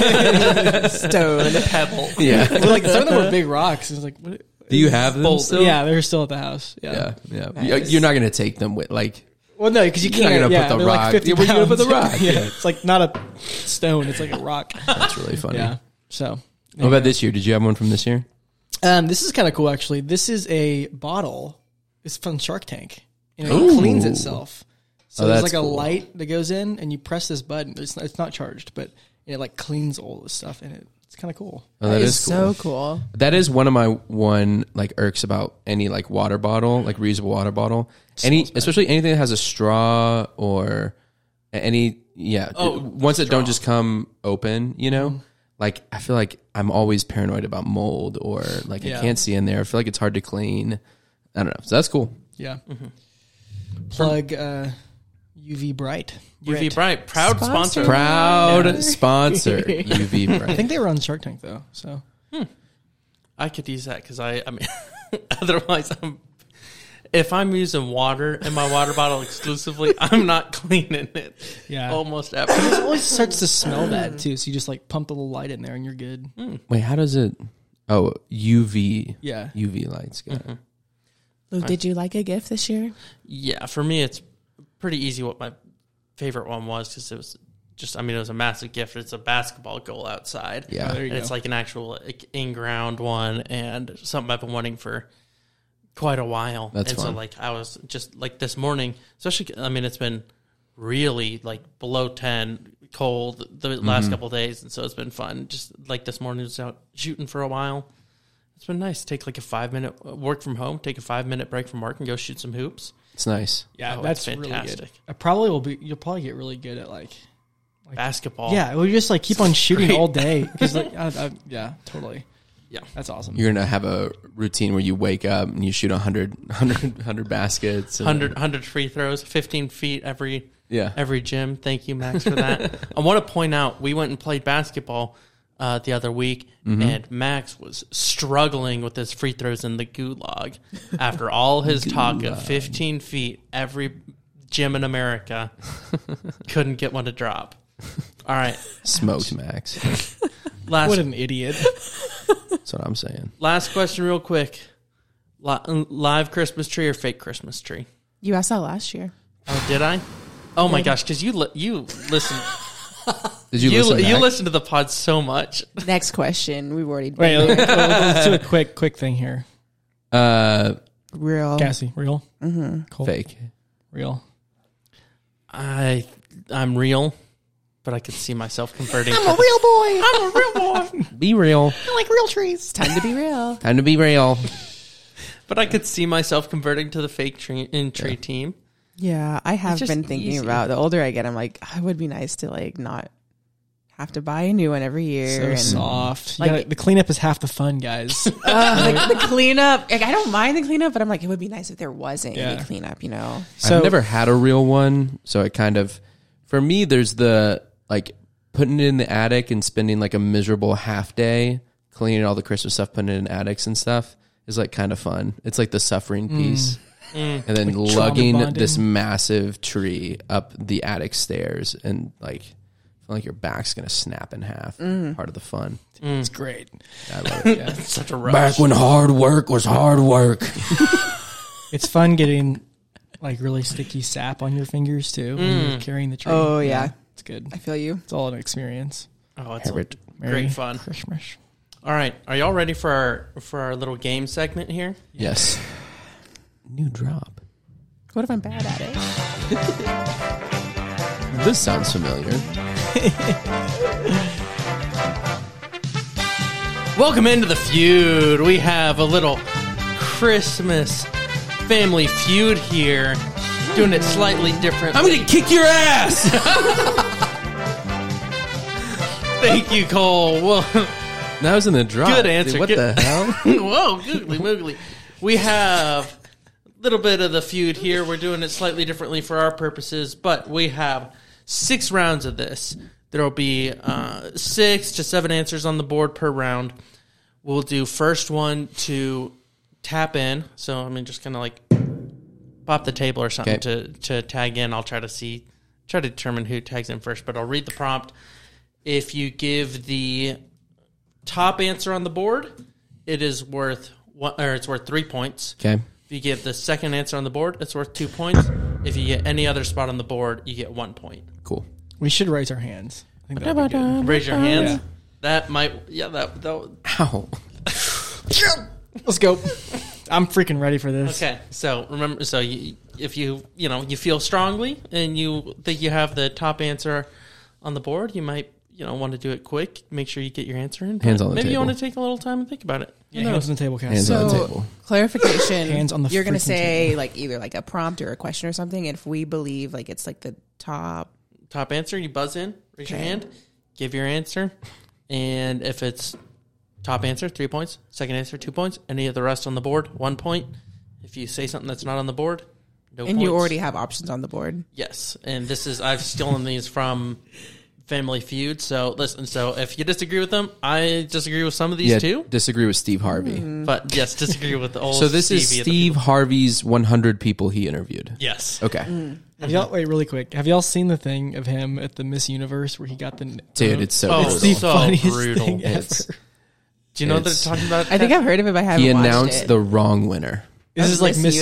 E: Stone.
B: Pebble.
D: Yeah.
C: But, like some of them were big rocks. It was like, what?
D: Do you have them?
B: Bold.
D: Still?
C: yeah, they were still at the house. Yeah.
D: Yeah, yeah. You- You're not gonna take them with like.
C: Well, no, because you
D: You're not
C: can't.
D: gonna
C: yeah,
D: put the
C: they're
D: rock-
C: Like 50
D: yeah, where you gonna put the
C: pounds.
D: rock?
C: yeah.
D: Yeah.
C: it's like not a stone. It's like a rock.
D: That's really funny.
C: yeah. So,
D: What about this year? Did you have one from this year?
C: um, this is kind of cool actually. This is a bottle. It's from Shark Tank, and it
D: Ooh.
C: cleans itself. So
D: Oh,
C: there's like
D: that's
C: a
D: cool.
C: light that goes in, and you press this button. It's not, it's not charged, but it like cleans all the stuff in it. It's kind of cool.
D: Oh, that is cool.
E: so cool.
D: That is one of my one like irks about any like water bottle, like reusable water bottle. Any, especially anything that has a straw or any, yeah.
B: Oh,
D: ones that don't just come open, you know. Like I feel like I'm always paranoid about mold or like I
C: Yeah.
D: can't see in there. I feel like it's hard to clean. I don't know. So that's cool.
C: Yeah. Plug uh, UV Bright.
B: UV Bright, proud sponsor.
E: Sponsor.
D: Proud sponsor UV
C: I
D: Bright.
C: think they were on Shark Tank though. So
B: I could use that because I, I mean, otherwise I'm. If I'm using water in my water bottle exclusively, I'm not cleaning it.
C: Yeah.
D: Oh,
B: almost ever.
C: it always starts to smell
B: Mm.
C: bad too. So you just like pump a little light in there and you're good.
D: Wait, how does it? Oh, UV.
C: Yeah.
B: Hmm.
D: UV lights. Got it.
E: Lou, did you like a gift this year?
B: Yeah, for me, it's pretty easy what my favorite one was because it was just, I mean, it was a massive gift. It's a basketball goal outside.
D: Yeah.
C: Oh, there you
B: And
C: go.
B: it's like an actual like, in ground one and something I've been wanting for quite a while.
D: That's
B: and
D: fun.
B: so, like, I was just like this morning, especially, I mean, it's been really like below 10 cold the last
D: Mm-hmm.
B: couple of days. And so it's been fun. Just like this morning, was out shooting for a while. It's been nice. Take like a five minute uh, work from home, take a five minute break from work and go shoot some hoops.
D: It's nice.
C: Yeah,
B: Oh,
C: that's
B: it's
C: really good.
B: fantastic.
C: I probably will be. You'll probably get really good at like.
B: Basketball.
C: Yeah, we'll just like keep on shooting
B: great.
C: all day. 'Cause, like, I, I, yeah, totally.
B: Yeah.
C: That's awesome.
D: You're gonna have a routine where you wake up and you shoot 100, 100, 100 baskets. and-
B: 100, 100 free throws, 15 feet every
D: Yeah.
B: every gym. Thank you, Max, for that. I want to point out we went and played basketball uh, the other week,
D: Mm-hmm.
B: and Max was struggling with his free throws in the gulag after all his talk of 15 feet every gym in America. couldn't get one to drop. All right.
D: Smoked max.
C: what
B: Last
C: an idiot.
D: That's what I'm saying.
B: last question, real quick. Li- uh, Live Christmas tree or fake Christmas tree?
E: You asked that last year.
B: Oh, did I? Oh my gosh, because you li- you listen
D: Did you,
B: you
D: listen?
B: li- you
D: back?
B: listen to the pod so much.
E: Next question. We've already
C: Wait, uh, let's, let's do a quick, quick thing here.
D: Uh,
E: real.
C: Cassie, real,
D: fake.
C: real.
B: I I'm real, but I could see myself converting.
E: I'm a real boy. I'm a real boy.
D: Be real.
E: I like real trees. It's time to be real.
D: Time to be real.
B: but I could see myself converting to the fake tree in tree team.
E: Yeah, I have
B: just
E: been thinking
B: easy.
E: about the older I get, I'm like, oh, it would be nice to like not have to buy a new one every year.
C: So
E: and
C: soft. You
E: Like-
C: gotta- the cleanup is half the fun, guys.
E: Ugh, like, the cleanup. Like I don't mind the cleanup, but I'm like, it would be nice if there wasn't
C: Yeah.
E: any cleanup, you know?
C: So
D: I've never had a real one, so it kind of for me there's the like putting it in the attic and spending like a miserable half day cleaning all the Christmas stuff, putting it in attics and stuff is like kind of fun. It's like the suffering piece. And then
C: Like trauma
D: lugging
C: bonding.
D: this massive tree up the attic stairs and like feel like your back's gonna snap in half. Part of the fun.
C: it's great.
D: I love it. Yeah.
B: Such a rush.
D: Back when hard work was hard work.
C: It's fun getting like really sticky sap on your fingers too when
B: Mm.
C: you're carrying the tree.
D: Uh,
E: Oh, yeah.
C: it's good.
E: I feel you.
C: It's all an experience.
B: Oh, it's
D: Herbert.
C: Merry
B: great fun.
C: Christmas.
B: All right, are y'all ready for our for our little game segment here?
D: Yes. New drop.
E: What if I'm bad at it?
D: This sounds familiar.
B: Welcome into the feud. We have a little Christmas family feud here, doing it slightly different.
D: I'm gonna kick your ass.
B: Thank you, Cole. Well,
D: that was in the drop.
B: Good answer.
D: Dude, what
B: Good-
D: the hell?
B: Whoa, googly moogly. We have a little bit of the feud here. We're doing it slightly differently for our purposes, but we have six rounds of this. There will be uh, six to seven answers on the board per round. We'll do first one to tap in. So, I mean, just kind of like pop the table or something
D: Okay.
B: to, to tag in. I'll try to see, try to determine who tags in first, but I'll read the prompt. If you give the top answer on the board, it is worth one, or it's worth three points.
D: Okay.
B: If you give the second answer on the board, it's worth two points. If you get any other spot on the board, you get one point.
D: Cool.
C: We should raise our hands. I think that'd be good.
B: Raise your hands.
C: Yeah.
B: That might, yeah, that, that
D: Ow.
C: Let's go. I'm freaking ready for this.
B: okay. So remember, so you, if you, you know, you feel strongly and you think you have the top answer on the board, you might, you know, want to do it quick. Make sure you get your answer in.
D: Hands on the
B: Maybe you
D: table.
B: want to take a little time and think about it.
C: Yeah, hands on the table, Cass.
D: Hands on the
E: So-
D: table.
E: Clarification.
C: Hands on the
E: You're gonna
C: freaking
E: say like either like a prompt or a question or something. If we believe like it's like the top
B: top answer, you buzz in, raise your
E: Okay.
B: hand, give your answer, and if it's top answer, three points. Second answer, two points. Any of the rest on the board, one point. If you say something that's not on the board, no.
E: and
B: points.
E: you already have options on the board.
B: yes, and this is I've stolen these from Family Feud. So listen, so if you disagree with them, I disagree with some of these
D: Yeah.
B: too.
D: Disagree with Steve Harvey.
B: But yes, disagree with the old.
D: So this is
B: Stevie at the-
D: Steve Harvey's 100 people he interviewed.
B: Yes.
D: Okay.
B: Hmm.
C: Have y'all wait really quick? Have y'all seen the thing of him at the Miss Universe where he got the
D: Dude, it's so.
B: Oh,
D: brutal.
C: the
B: so
C: funniest
B: brutal.
C: thing ever?
D: It's-
B: Do you know what they're
D: It's-
B: talking about?
E: I think I've heard of it, but I haven't
D: he
E: watched
D: announced
E: it.
D: the wrong winner.
C: This
E: Of
C: is like
E: Miss
C: Miss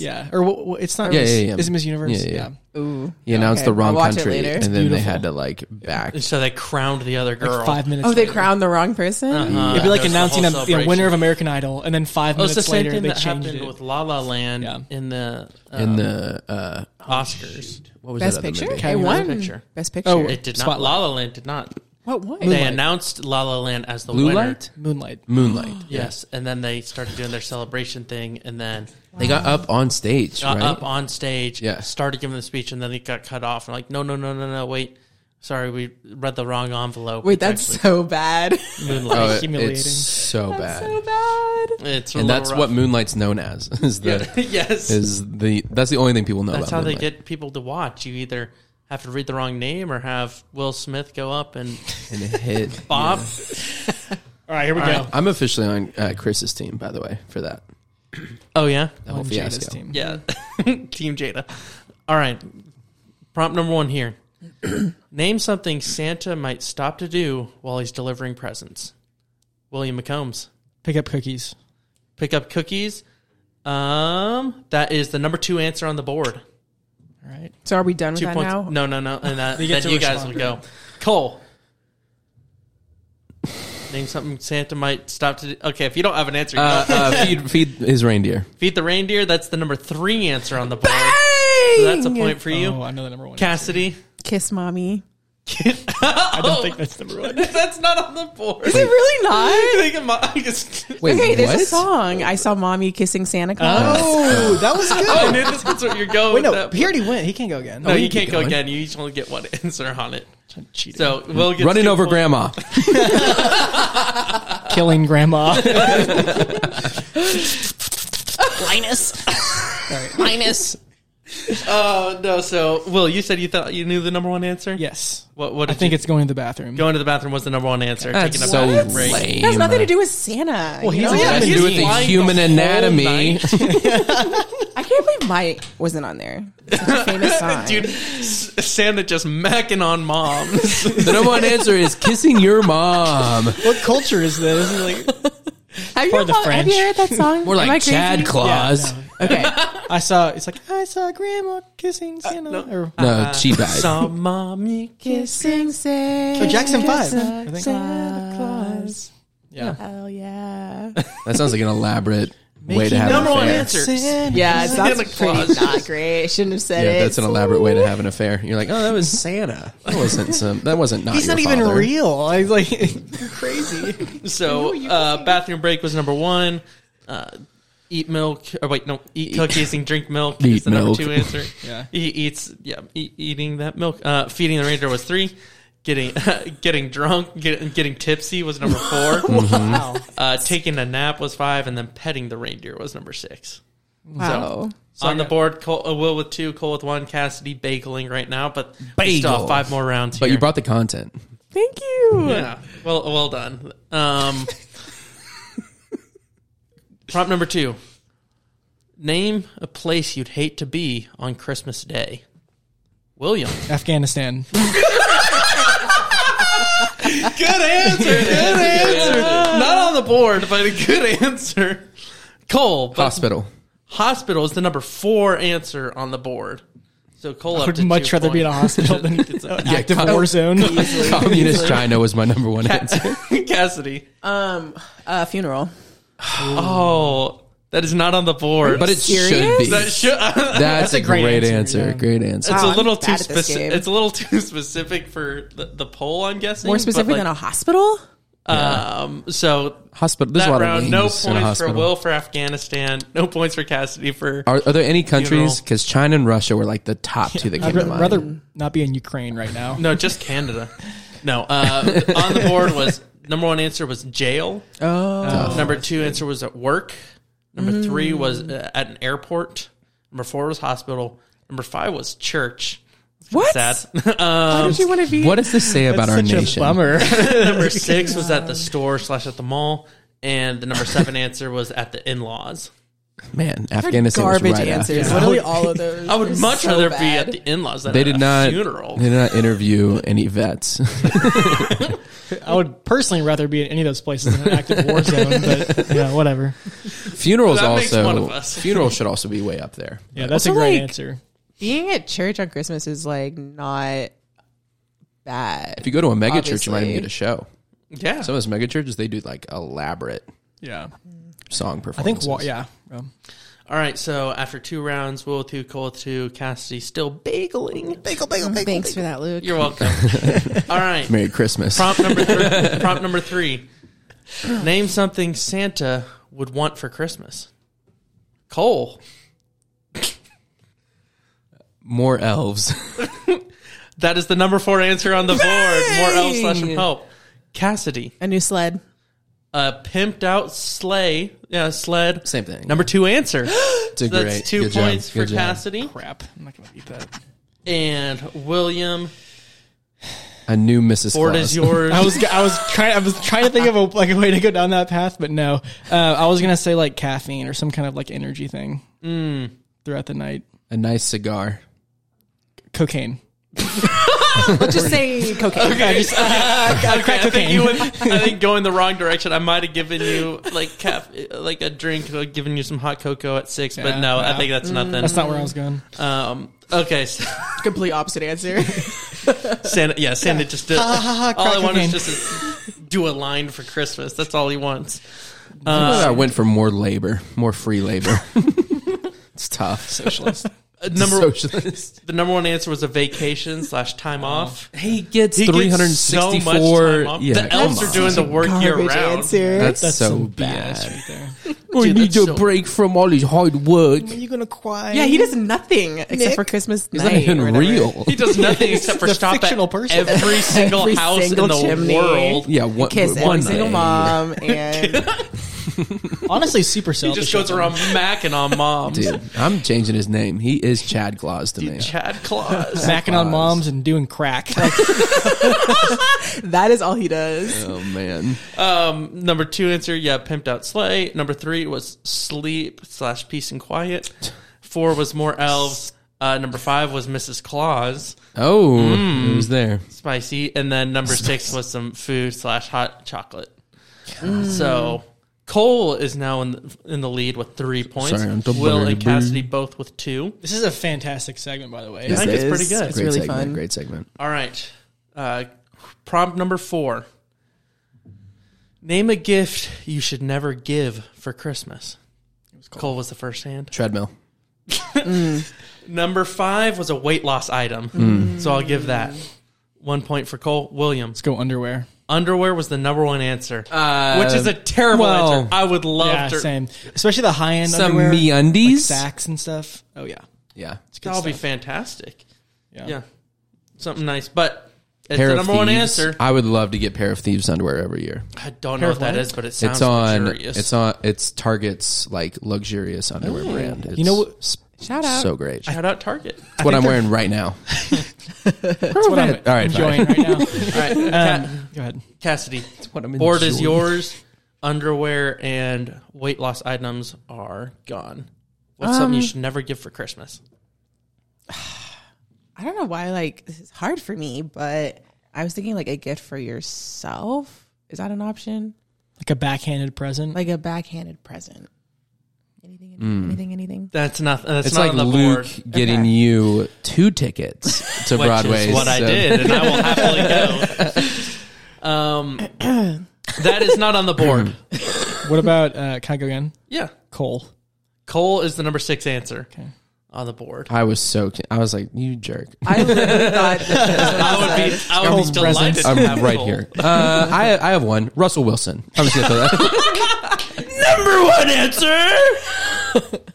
E: Universe?
C: Yeah. Or wh- wh- it's not
D: Yeah,
C: Miss,
D: yeah, yeah.
C: Is it Miss Universe?
D: Yeah, yeah, yeah.
E: Ooh.
D: He announced
E: Okay,
D: the wrong
E: I'll watch it
D: country,
E: later.
D: and then they
C: Beautiful.
D: had to like back.
B: So they crowned the other girl.
C: Like five minutes.
E: Oh, they
C: later.
E: crowned the wrong person.
B: Uh-huh.
C: It'd be like
B: There's the
C: announcing
B: whole
C: a the
B: celebration.
C: winner of American Idol, and then five
B: Oh, it's
C: minutes
B: the same
C: later
B: thing
C: they
B: that
C: changed
B: happened
C: it.
B: with La La Land
C: Yeah.
B: in the uh,
D: in the uh,
B: Oscars.
D: what was
E: Best
D: that other
E: picture.
D: movie?
E: It
B: Best
E: won.
B: Picture.
E: Best picture.
C: Oh,
B: It did not.
C: Spotlight.
B: La La Land did not.
E: what? What?
B: They
C: Moonlight.
B: announced La La Land as the
D: Blue
B: winner.
D: Light,
C: Moonlight.
D: Moonlight.
B: Yes, and then they started doing their celebration thing, and then
D: They got up on stage,
B: got
D: right?
B: up on stage,
D: Yeah.
B: started giving the speech, and then it got cut off. And like, no, no, no, no, no, wait, sorry, we read the wrong envelope.
E: Wait, that's so bad.
B: It's actually Moonlight.
D: Oh, it-
C: humiliating.
D: it's so
E: that's
D: bad,
E: so bad.
B: It's a
D: and
B: little
D: that's
B: rough.
D: what Moonlight's known as. Is the
B: Yeah. yes,
D: is the that's the only thing people know
B: that's how
D: about.
B: they
D: Moonlight.
B: get people to watch. You either have to read the wrong name or have Will Smith go up and
D: and it hit.
B: Bob.
C: All right, here we
B: All
C: go.
B: right.
D: I'm officially on uh, Chris's team, by the way, for that.
B: Oh yeah,
D: That whole
C: On Jada's
D: fiasco.
C: team.
B: yeah. Team Jada. All right, prompt number one here. name something Santa might stop to do while he's delivering presents. William McCombs.
C: Pick up cookies.
B: pick up cookies. Um, that is the number two answer on the board.
C: All right.
E: So are we done with
B: Two
E: that
B: points.
E: now?
B: No, no, no. And that,
C: You
B: then
C: get to
B: you guys
C: respond.
B: will go. Cole, name something Santa might stop to. Do. Okay, if you don't have an answer, you
D: Uh,
B: don't.
D: uh, feed feed his reindeer.
B: feed the reindeer. That's the number three answer on the board. So that's a point for you,
C: Oh, I know the number one.
B: Cassidy.
E: Kiss mommy.
C: I don't think that's number one.
B: that's not on the board.
E: Is it really not?
B: Think of my- I just-
D: Wait,
E: okay, there's
D: what?
E: a song. I saw mommy kissing Santa Claus.
C: Oh, that was
B: I
C: good.
B: knew this was where you're going.
C: Wait,
B: with
C: no,
B: that.
C: he already went. He can't go again. Oh,
B: no, you can't go
D: going.
B: again. You each only get one answer on it.
C: I'm cheating.
B: So we'll get
D: Running
B: two
D: over
B: points.
D: grandma.
C: killing grandma.
E: Minus.
B: Oh no! So, Will, you said you thought you knew the number one answer.
C: yes.
B: What? What?
C: I
B: did
C: think
B: you-
C: it's going to the bathroom.
B: going to the bathroom was the number one answer.
D: That's
B: Taking a
D: so
B: bathroom break.
D: lame.
E: It has nothing to do with Santa. you
C: he's
E: know?
C: a-
D: It has to
C: Yeah,
D: do
C: he's
D: with the
B: lying
D: human
B: the whole
D: anatomy.
B: night.
E: I can't believe Mike wasn't on there. Such a famous song.
B: Dude, S- Santa just macking on moms.
D: the number one answer is kissing your mom.
C: What culture is this? This is like,
E: have, you
C: Or the
E: ever, have you
C: French.
E: heard that song?
D: More
E: Am I
D: like
E: crazy?
D: Chad Claus.
E: Okay.
C: I saw. It's like I saw grandma kissing Santa. or,
D: No, she died.
B: Saw mommy kiss.
E: Kissing Santa.
C: Oh, Jackson Five. I think.
E: Santa Claus.
C: yeah.
E: Hell yeah.
D: That sounds like an elaborate way to have
B: Number
D: an
B: one
D: affair.
B: answer.
C: Santa.
E: Yeah, it sounds
B: Santa
E: pretty
B: Claus.
E: not great. Shouldn't have said
D: Yeah,
E: it.
D: that's an elaborate way to have an affair. You're like, oh, that was Santa. That wasn't some. That wasn't not.
C: He's
D: your
C: not even
D: father.
C: real. I was like crazy.
B: So, uh, bathroom break was number one. Uh, eat milk. Or wait, no. Eat cookies and drink milk
D: Eat
B: is the
D: milk.
B: number two answer.
C: Yeah.
B: He eats. Yeah, e- eating that milk. Uh, feeding the reindeer was three. Getting getting drunk, get, getting tipsy was number 4
C: Wow.
D: Mm-hmm.
B: Uh, taking a nap was five, and then petting the reindeer was number six.
E: wow.
B: On the board, Cole, uh, Will with two, Cole with one, Cassidy bageling right now, but we still
D: Bagel.
B: have five more rounds.
D: But
B: here.
D: you brought the content.
E: Thank you.
B: yeah. Well, well done. Um, prompt number two: Name a place you'd hate to be on Christmas Day. William,
C: Afghanistan.
B: good answer, good answer. Not on the board, but a good answer. Cole, but
D: Hospital.
B: Hospital is the number four answer on the board. So Cole up
C: Would
B: to
C: much
B: two
C: rather be in a
B: points.
C: hospital than an active
D: com-
C: war zone.
D: Communist China was my number one answer.
B: Cassidy.
E: Um, uh, funeral.
B: Oh, that is not on the board.
D: But it should
E: Serious?
D: be.
B: that
D: That's,
B: should,
D: a great, answer.
C: yeah.
D: Great answer.
B: it's
E: Wow,
B: a
E: I'm
B: little too
E: bad at this
B: specific.
E: game.
B: It's a little too specific for the, the poll. I'm guessing
E: More specific than a hospital?
B: a. Um, so
D: Hospital. There's a
B: that
D: lot of
B: round,
D: names
B: no
D: in a
B: points for
D: hospital.
B: Will for Afghanistan. No points for Cassidy for.
D: Are, are there any countries?
B: Funeral.
D: Because China and Russia were like the top two that
C: I'd
D: came
C: ra-
D: to mind.
C: rather not be in Ukraine right now.
B: no, just Canada. No, uh, on the board was number one answer was jail. Uh,
E: Oh.
B: Number two answer was at work. Number three was uh, at an airport. Number four was hospital. Number five was church.
E: What?
B: Sad. um,
E: Did you want to be?
D: what does this say about our
C: Such
D: nation?
C: a bummer.
B: number six was at the store slash at the mall, and the number seven answer was at the in laws.
D: Man,
E: They're
D: Afghanistan was
E: garbage
D: right
E: answers.
D: after.
E: Literally all of those.
B: I would
E: They're
B: much
E: so
B: rather be
E: bad.
B: at the in laws than
D: They
B: at
D: did
B: a
D: not.
B: funeral.
D: They did not interview any vets.
C: I would personally rather be in any of those places than an active war zone, but yeah, whatever.
D: Funerals
B: That makes one of
D: also.
B: us.
D: Funerals should also be way up there.
C: Yeah, that's a
E: Also,
C: great
E: like-
C: answer.
E: Being at church on Christmas is like not bad.
D: If you go to a mega church, you might even
E: Obviously.
D: get a show.
B: Yeah.
D: Some of those mega churches they do like elaborate
C: Yeah,
D: song
C: I think.
D: performances.
C: Wa- yeah, um,
B: All right. So after two rounds, Will two, Cole two, Cassidy still bageling.
E: Thanks for that, Luke.
B: You're welcome. All right.
D: Merry Christmas.
B: Prompt number three. prompt number three. Name something Santa would want for Christmas. Cole.
D: More elves.
B: That is the number four answer on the board. More elf slash help. Cassidy.
E: A new sled.
B: A pimped out sleigh. Yeah, sled.
D: Same thing.
B: Number two answer.
D: It's a
B: That's
D: great-
B: two
D: good job,
B: points for
D: good job.
B: Cassidy.
C: crap. I'm not gonna eat that.
B: And William,
D: A new Mrs.
B: board
D: Claus.
B: is yours.
C: I was I was trying I was trying to think of a, like a way to go down that path, but no. Uh, I was gonna say like caffeine or some kind of like energy thing
B: Mm.
C: throughout the night.
D: A nice cigar.
C: Cocaine.
E: We'll just say cocaine.
C: Okay, just,
B: Okay,
C: crack
B: I think
C: cocaine.
B: you went, I think going the wrong direction. I might have given you like caf- like a drink, like giving you some hot cocoa at six, but
C: Yeah,
B: no, I
C: no.
B: think that's nothing.
C: that's not where I was going.
B: um, okay, so,
E: Complete opposite answer.
B: Santa, yeah, Santa just did.
C: ha,
B: all I
C: crack
B: want is
C: cocaine.
B: just to do a line for Christmas. That's all he wants. Uh,
D: I went for more labor, more free labor. it's tough. Socialist.
B: Uh, number
D: Socialist.
B: the number one answer was a vacation slash time
C: Oh.
B: off.
D: He gets
B: He gets so much time off. the elves are doing the work year round.
D: That's,
C: That's
D: so
C: some
D: bad.
C: BS right there.
D: We
B: Dude,
D: need
B: that's
D: a
B: so-
D: break from all his hard work. It's
C: you gonna cry?
E: Yeah, he does nothing except for Christmas
D: not
E: night.
D: even
E: or whatever.
D: real.
B: He does nothing except for
C: He's a
B: stop at
C: fictional person.
B: every single
E: Every
B: house
E: single
B: in the
E: chimney.
B: world.
D: Yeah, one,
E: Kiss every
D: one
E: single
D: day.
E: mom and
C: Honestly, super
B: He
C: selfish.
B: just goes around macking on moms.
D: Dude, I'm changing his name. He is Chad Claus to me.
B: Chad Claus.
C: Smacking on moms and doing crack. Like,
E: that is all he does.
D: Oh man,
B: Um, number two answer, yeah, pimped out sleigh. Number three was sleep slash peace and quiet. Four was more elves. Uh, number five was Mrs. Claus,
D: oh, it was there.
B: spicy, and then number six was some food slash hot chocolate. So Cole is now in the, in the lead with three points.
D: Sorry, I'm double
B: Will and
D: boogie.
B: Cassidy both with two.
C: this is a fantastic segment, by the way.
B: I think
D: it
B: it's pretty
E: is.
B: good.
E: It's
D: Great
E: really
D: segment,
E: fun.
D: Great segment.
B: All right. Uh, prompt number four. Name a gift you should never give for Christmas. Cole was the first hand.
D: Treadmill.
B: Number five was a weight loss item.
D: Hmm.
B: So I'll give that. One point for Cole. Williams.
C: Let's go underwear.
B: Underwear was the number one answer, which is a terrible
D: Um, well,
B: answer. I would love
C: Yeah,
B: to.
C: same. Especially the high end
D: Some
C: underwear,
D: me undies.
C: like sacks and stuff. Oh yeah,
D: yeah,
B: That'll be fantastic.
C: yeah.
B: Yeah. Something nice. But it's
D: Pair
B: the
D: of
B: number one
D: Thieves.
B: answer.
D: I would love to get pair of thieves underwear every year.
B: I don't know
C: of
B: what that
C: what?
B: is, but it sounds
D: it's on.
B: luxurious.
D: It's on. It's Target's like luxurious underwear brand. It's
C: You know what-
D: Shout
E: out.
D: So great. It's
B: Shout out Target.
D: what I'm wearing right now.
C: That's what I'm
D: All right,
C: enjoying
D: fine.
C: right now.
B: All right. Ca-
C: Um, go ahead.
B: Cassidy,
D: what I'm
B: board is
D: enjoying.
B: yours. Underwear and weight loss items are gone. What's something you should never give for Christmas?
E: I don't know why. Like this is hard for me, but I was thinking like a gift for yourself. Is that an option?
C: Like a backhanded present.
E: Like a backhanded present. Anything?
D: Hmm.
E: Anything? Anything?
B: That's not. That's
D: It's
B: not
D: like
B: on the
D: Luke
B: board.
D: getting
E: Okay.
D: you two tickets to
B: Which
D: Broadway.
B: is what I
D: so-
B: did, and I will happily go. Um, that is not on the board.
C: what about? Uh, can I go again?
B: Yeah,
C: Coal.
B: Cole is the number six answer on the board.
D: I was so. I was like, you jerk.
E: I literally thought
B: I would be. I would be
C: Cole's
B: delighted. To
D: I'm
B: have
D: right
B: Cole.
D: here. Uh, I I have one. Russell Wilson. I'm just gonna throw that.
B: Number one answer.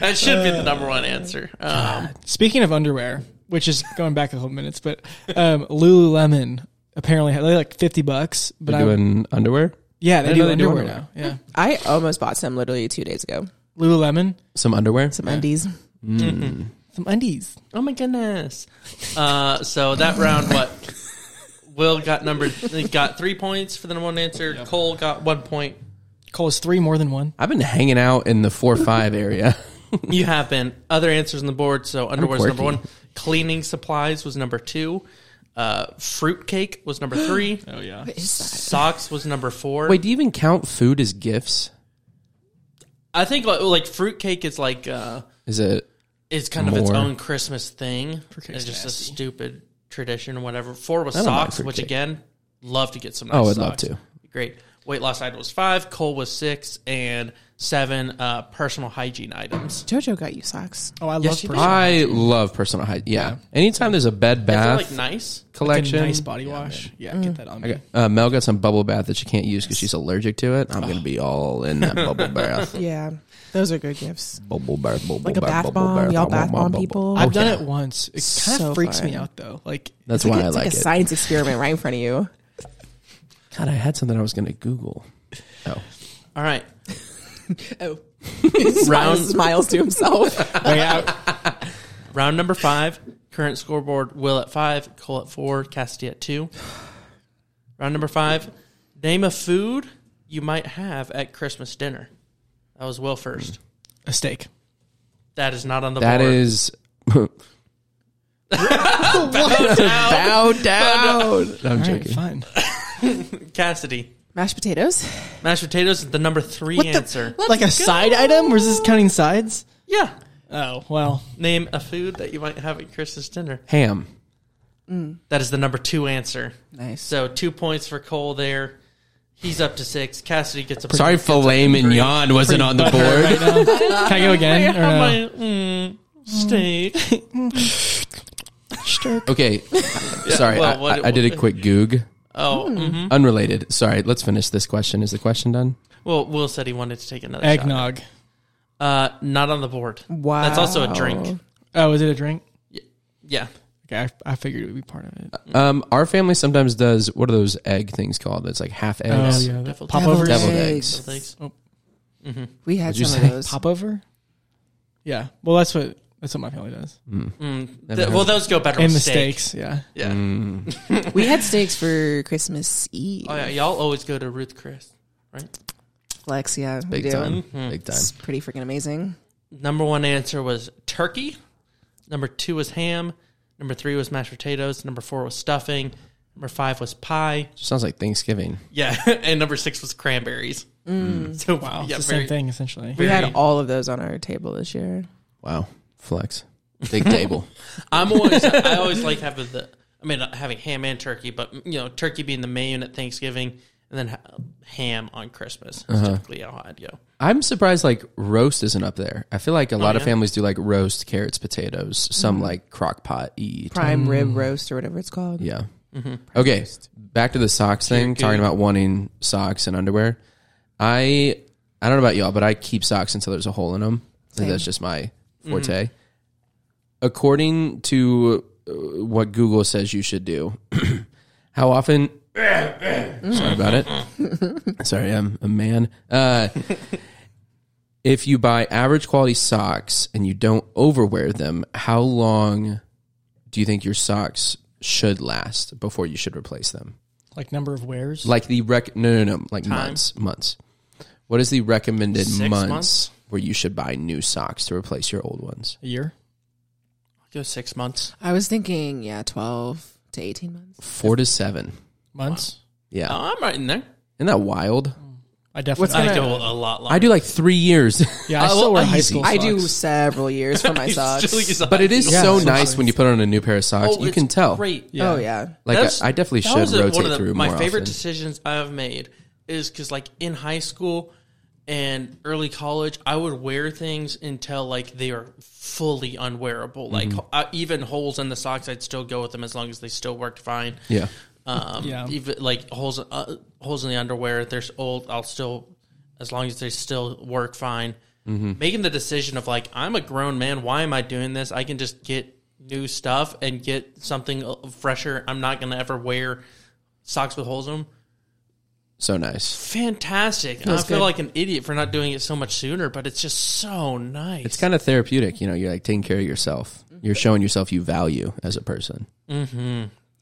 B: that should be the number one answer. Um,
C: Speaking of underwear, which is going back a couple minutes, but um, Lululemon apparently had they're like fifty bucks. But I,
D: doing underwear.
C: yeah, they
D: I
C: do,
D: didn't know
C: underwear
D: they do
C: now. Yeah,
E: I almost bought some literally two days ago.
C: Lululemon,
D: Some underwear.
E: Some undies.
C: some undies.
B: Oh my goodness. Uh, so that round, what? Will got number got three points for the number one answer. Cole got one point.
C: Coal is three more than one.
D: I've been hanging out in the four five area.
B: You have been other answers on the board. So underwear is number
D: quirky.
B: one. Cleaning supplies was number two. Uh, fruitcake was number three.
C: Oh yeah.
B: Socks was number four.
D: Wait, do you even count food as gifts?
B: I think like, like fruitcake is like uh,
D: Is it?
B: it's kind of its
D: More.
B: own Christmas thing.
C: Fruitcake's
B: It's just a
C: nasty.
B: stupid tradition or whatever. Four was
D: I don't like
B: socks, which
D: fruitcake.
B: again, love to get some. Nice
D: Oh, I'd love
B: socks.
D: to.
B: Great. Weight loss item was five. Cole was six, and seven uh, personal hygiene items.
E: Jojo got you socks.
C: Oh, I love
B: she
C: personal.
D: I love personal hygiene. Yeah. Anytime there's a bed
B: They feel
D: bath
B: like nice.
C: Like a
D: collection,
C: nice body wash. Yeah, get that on. Me.
D: uh, Mel got some bubble bath that she can't use because she's allergic to it. I'm gonna be all in that bubble bath.
E: Yeah, those are good gifts.
D: Bubble bath, bubble
E: Like a
D: bath,
E: bath
D: bubble
E: bomb.
D: bath,
E: Y'all
D: bubble
E: bath bomb
D: bubble.
E: people?
C: I've done it once. It kind
E: So
C: of freaks me
E: fun.
C: out though. Like
D: That's why I
E: it's
D: like
E: like a
D: it.
E: science experiment right in front of you.
D: God, I had something I was gonna Google. Oh,
B: All right.
E: Oh,
B: Round-
E: smiles, smiles to himself.
C: way out.
B: Round number five. Current scoreboard: Will at five, Cole at four, Cassidy at two. Round number five. Name a food you might have at Christmas dinner. That was Will first.
C: A steak.
B: That is not on the
D: that
B: board.
D: is. Bow down. No, I'm
C: All right,
D: joking.
C: fine.
B: Cassidy.
E: Mashed potatoes.
B: Mashed potatoes is the number three
C: What the-
B: answer.
C: like a side item? Or is this counting sides?
B: yeah.
C: Oh well.
B: Name a food that you might have at Christmas dinner.
D: Ham.
B: That is the number two answer.
E: Nice.
B: So two points for Cole there. He's up to six. Cassidy gets a
D: Sorry, filet mignon wasn't on the board.
C: Can I go again? or uh, no?
B: My, mm, steak.
D: Okay. Sorry,
B: well,
D: I,
B: what-
D: I, I did a quick goog.
B: Oh,
E: Hmm.
B: mhm.
D: Unrelated. Sorry, let's finish this question. Is the question done?
B: well, Will said he wanted to take another shot.
C: Eggnog.
B: Uh, not on the board.
E: Wow.
B: That's also a drink.
C: Oh, is it a drink?
B: Yeah.
C: Okay, I, I figured it would be part of it.
D: Um, our family sometimes does what are those egg things called? It's like half eggs.
C: Oh, yeah, that-
B: Deviled
C: popovers.
D: Deviled
E: eggs.
B: Thanks.
E: We had
D: What'd you
E: some
D: say?
E: of those.
C: Popover. Yeah. Well, that's what that's what my family does.
B: Mm.
D: Never
B: Th-
D: heard
B: well,
D: of
B: those go better
C: and
B: with
C: the
B: steak.
C: steaks. Yeah.
B: Yeah.
D: Mm,
E: We had steaks for Christmas Eve.
B: Oh, yeah. Y'all always go to Ruth Chris.
E: Flex, yeah, we
D: Big
E: do.
D: time. Big time.
E: It's pretty freaking amazing.
B: Number one answer was turkey. Number two was ham. Number three was mashed potatoes. Number four was stuffing. Number five was pie.
D: Sounds like Thanksgiving.
B: Yeah, and number six was cranberries. So
C: Mm. Wow.
B: yeah,
C: it's the
B: very-
C: same thing essentially.
E: We
B: Very-
E: had all of those on our table this year.
D: Wow. Flex. Big table.
B: I'm always I always like having the I mean having ham and turkey, but you know turkey being the main at Thanksgiving, and then ha- ham on Christmas. That's
D: Uh-huh.
B: typically how I'd go.
D: I'm surprised like roast isn't up there. I feel like a lot of
B: yeah?
D: families do like roast, carrots, potatoes, some like crock pot eat.
E: Mm. Prime rib roast or whatever it's called.
D: Mm. Yeah.
B: Mm-hmm.
D: Okay. Back to the socks thing. Talking about wanting socks and underwear. I I don't know about y'all, but I keep socks until there's a hole in them.
E: Same.
D: That's just my
C: Mm.
D: forte.
B: Mm-hmm.
D: According to uh, what Google says you should do, how often? sorry about it. Sorry, I'm a man. Uh, if you buy average quality socks and you don't overwear them, how long do you think your socks should last before you should replace them?
C: Like number of wears.
D: Like the rec? No, no, no. Like months, months. What is the recommended
B: Six
D: months,
B: months?
D: where you should buy new socks to replace your old ones?
C: a year.
B: I'll go six months.
E: I was thinking, yeah, 12 to 18 months.
D: Four to seven.
C: Months.
D: Yeah,
B: Oh, I'm right in there.
D: isn't that wild?
C: I definitely.
E: What's
B: I
E: gonna-
B: go a lot longer.
D: I do like three years,
C: yeah, I
D: Uh,
C: still
D: well,
C: wear high
D: easy.
C: school.
E: I do
C: socks.
E: several years for my
B: It's
E: socks.
B: still like-
D: but it is
C: Yeah.
D: so nice
C: So nice.
D: when you put on a new pair of socks.
B: Oh,
D: you
B: it's
D: can tell.
B: Great.
C: Yeah.
E: Oh, yeah.
D: Like
B: That's-
D: I, I definitely
B: that
D: should
B: was a-
D: rotate
B: one of the,
D: through
B: my
D: more
B: favorite
D: often.
B: decisions I've made is because like in high school and early college, I would wear things until like they are fully unwearable. Like
D: Mm-hmm.
B: uh, even holes in the socks, I'd still go with them as long as they still worked fine.
D: yeah,
B: Um,
C: Yeah.
B: Even like holes, uh, holes in the underwear. If they're old, I'll still, as long as they still work fine. Making the decision of like, I'm a grown man. Why am I doing this? I can just get new stuff and get something uh, fresher. I'm not gonna ever wear socks with holes in them.
D: so nice.
B: Fantastic. And I feel like an idiot for not doing it so much sooner, but it's just so nice.
D: It's kind of therapeutic, you know. You're like taking care of yourself.
C: Mm-hmm.
D: You're showing yourself you value as a person.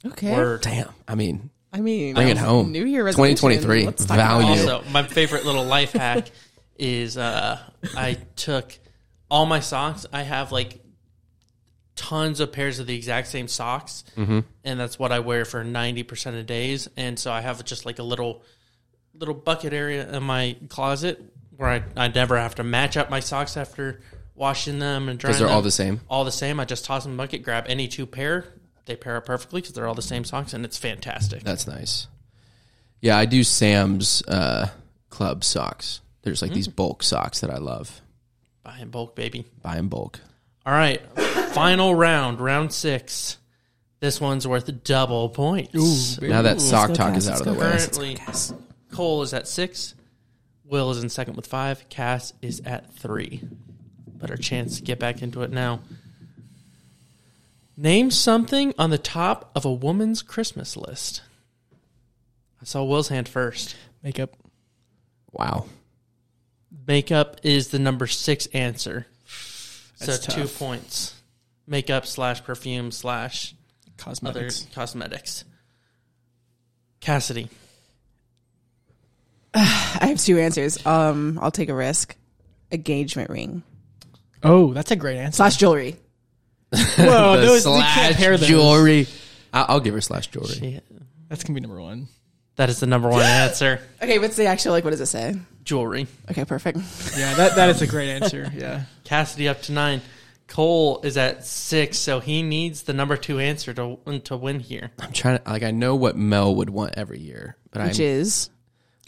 E: Okay.
B: Word.
D: Damn. I mean,
E: I mean,
D: Bring it
E: that's
D: home.
E: New Year resolution.
D: 2023.
E: Let's talk about
D: Value.
E: it.
B: Also, my favorite little life hack is uh, I took all my socks. I have like tons of pairs of the exact same socks,
D: Mm-hmm.
B: and that's what I wear for ninety percent of days. And so I have just like a little little bucket area in my closet where I, I never have to match up my socks after washing them and drying.
D: because they're all
B: them.
D: the same.
B: All the same, I just toss them in the bucket, grab any two pair. They pair up perfectly because they're all the same socks, and it's fantastic.
D: That's nice. Yeah, I do Sam's uh, club socks. There's like
C: Mm.
D: these bulk socks that I love.
B: Buy in bulk, baby.
D: Buy in bulk.
B: All right, final round, round six. This one's worth double points.
D: now that sock
E: go
D: talk
E: Cass,
D: is out
E: let's
D: of the
E: go
D: way.
B: Currently, Cole is at six. Will is in second with five. Cass is at three. Better chance to get back into it now. Name something on the top of a woman's Christmas list. I saw Will's hand first.
C: Makeup.
D: Wow.
B: Makeup is the number six answer.
C: That's
B: so two
C: tough.
B: points. Makeup slash perfume slash other
C: Cosmetics.
B: cosmetics. Cassidy.
E: I have two answers. Um, I'll take a risk. Engagement ring
C: Oh, that's a great answer.
E: slash jewelry.
C: Whoa,
D: The
C: Oh, those, we can't
D: slash
C: pair those.
D: jewelry. I- I'll give her slash jewelry.
C: That's gonna be number one.
B: That is the number one answer.
E: Okay, what's the actual like? What does it say?
B: Jewelry.
E: Okay, perfect.
C: Yeah, that, that is a great answer. Yeah.
B: Cassidy up to nine. Cole is at six, so he needs the number two answer to to win here.
D: I'm trying to like I know what Mel would want every year, but
E: Which
D: I'm
E: is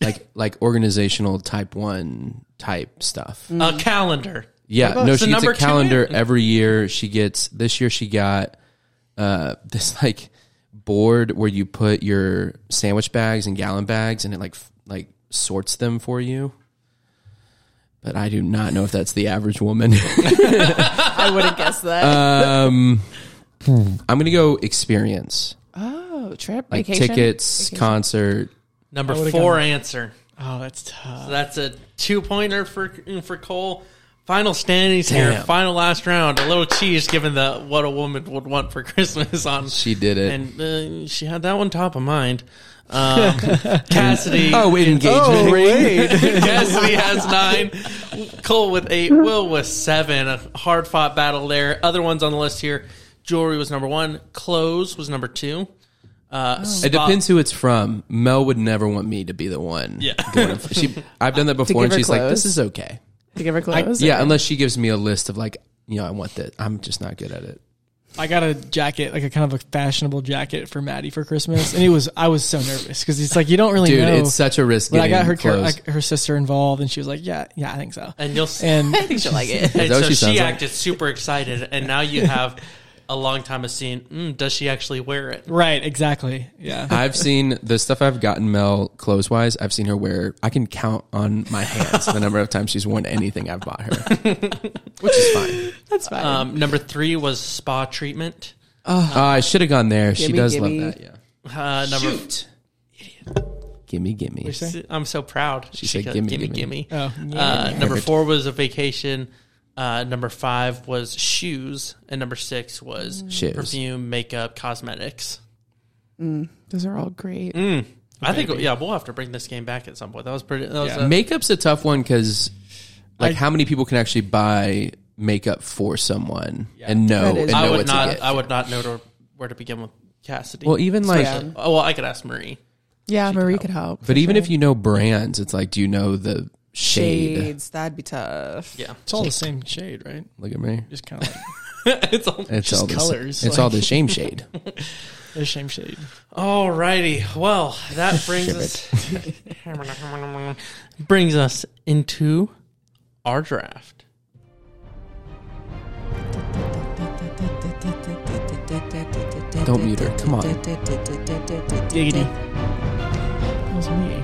D: like like organizational type one type
E: Mm.
D: stuff.
B: A calendar.
D: Yeah,
B: about-
D: no,
B: so
D: she gets
B: number
D: a
B: two Mm.
D: calendar
B: in?
D: every year. She gets this year. She got uh, this like board where you put your sandwich bags and gallon bags, and it like f- like sorts them for you. But I do not know if that's the average woman.
E: I would have guessed that.
D: um,
B: Hmm.
D: I'm gonna go experience
E: oh, trip,
D: like
E: vacation,
D: tickets, concert.
B: Number
C: would've
B: four answer.
C: Oh, that's tough.
B: So that's a two pointer for for Cole. Final standings here.
D: Damn.
B: Final last round. A little cheese given the what a woman would want for Christmas on.
D: She did it.
B: and uh, she had that one top of mind. Um, Cassidy.
D: oh, engagement ring.
B: Cassidy has nine. Cole with eight. Will with seven. A hard fought battle there. Other ones on the list here. Jewelry was number one. Clothes was number two. Uh,
D: It
B: spot-
D: depends who it's from. Mel would never want me to be the one.
B: Yeah.
D: going for- she, I've done that before, and
E: her
D: she's like, "This
E: clothes?
D: is okay."
E: to give her clothes.
D: Yeah, unless she gives me a list of like, you know, I want that. I'm just not good at it.
C: I got a jacket, like a kind of a fashionable jacket for Maddie for Christmas, and it was I was so nervous because it's like you don't really
D: Dude,
C: know.
D: it's such a risk.
C: but I got her car-
D: clothes.
C: like her sister involved, and she was like, "Yeah, yeah, I think so."
B: And you'll see. And,
C: And
E: I think she'll like it.
D: that what
B: so
D: she
B: she
D: sounds like?
B: acted super excited. And now you have a long time of seeing, mm, does she actually wear it?
C: right, exactly, yeah.
D: I've seen the stuff I've gotten Mel clothes wise. I've seen her wear. I can count on my hands the number of times she's worn anything I've bought her, which is fine.
E: That's fine.
B: Um, number three was spa treatment.
D: Uh, I should have gone there. she
E: gimme,
D: does
E: gimme.
D: love that. Yeah.
B: Uh, number
D: Shoot. Gimme, gimme.
B: I'm so proud. She,
D: said,
B: goes,
D: "Gimme,
B: gimme,
D: gimme."
B: gimme."
C: Oh,
B: Uh, number
D: Perfect.
B: four was a vacation. Uh, number five was shoes, and number six was
D: Shoes.
B: perfume, makeup, cosmetics.
E: Those are all great.
B: Mm. I think yeah, we'll have to bring this game back at some point. That was pretty. That was
C: Yeah.
B: a-
D: Makeup's a tough one because, like,
C: I-
D: how many people can actually buy makeup for someone and know
E: That is-
D: and know
B: I
D: what
B: would
D: to
B: not.
D: get?
B: I would not know to, where to begin with Cassidy.
D: well, even like,
E: Yeah.
B: oh, well, I could ask Marie.
E: Yeah, Marie could help.
D: but even if you know brands, it's like, do you know the shade?
E: Shades, that'd be tough.
B: Yeah,
C: It's all the same shade, right?
D: Look at me.
C: Just kind of like
B: it's all.
D: It's
C: Just
D: all the
C: colors,
D: It's
C: like-
D: all the same shade.
C: the same shade.
B: Alrighty. Well, that brings us brings us into our draft.
D: Don't mute her. Come on.
C: Giggity. That was me.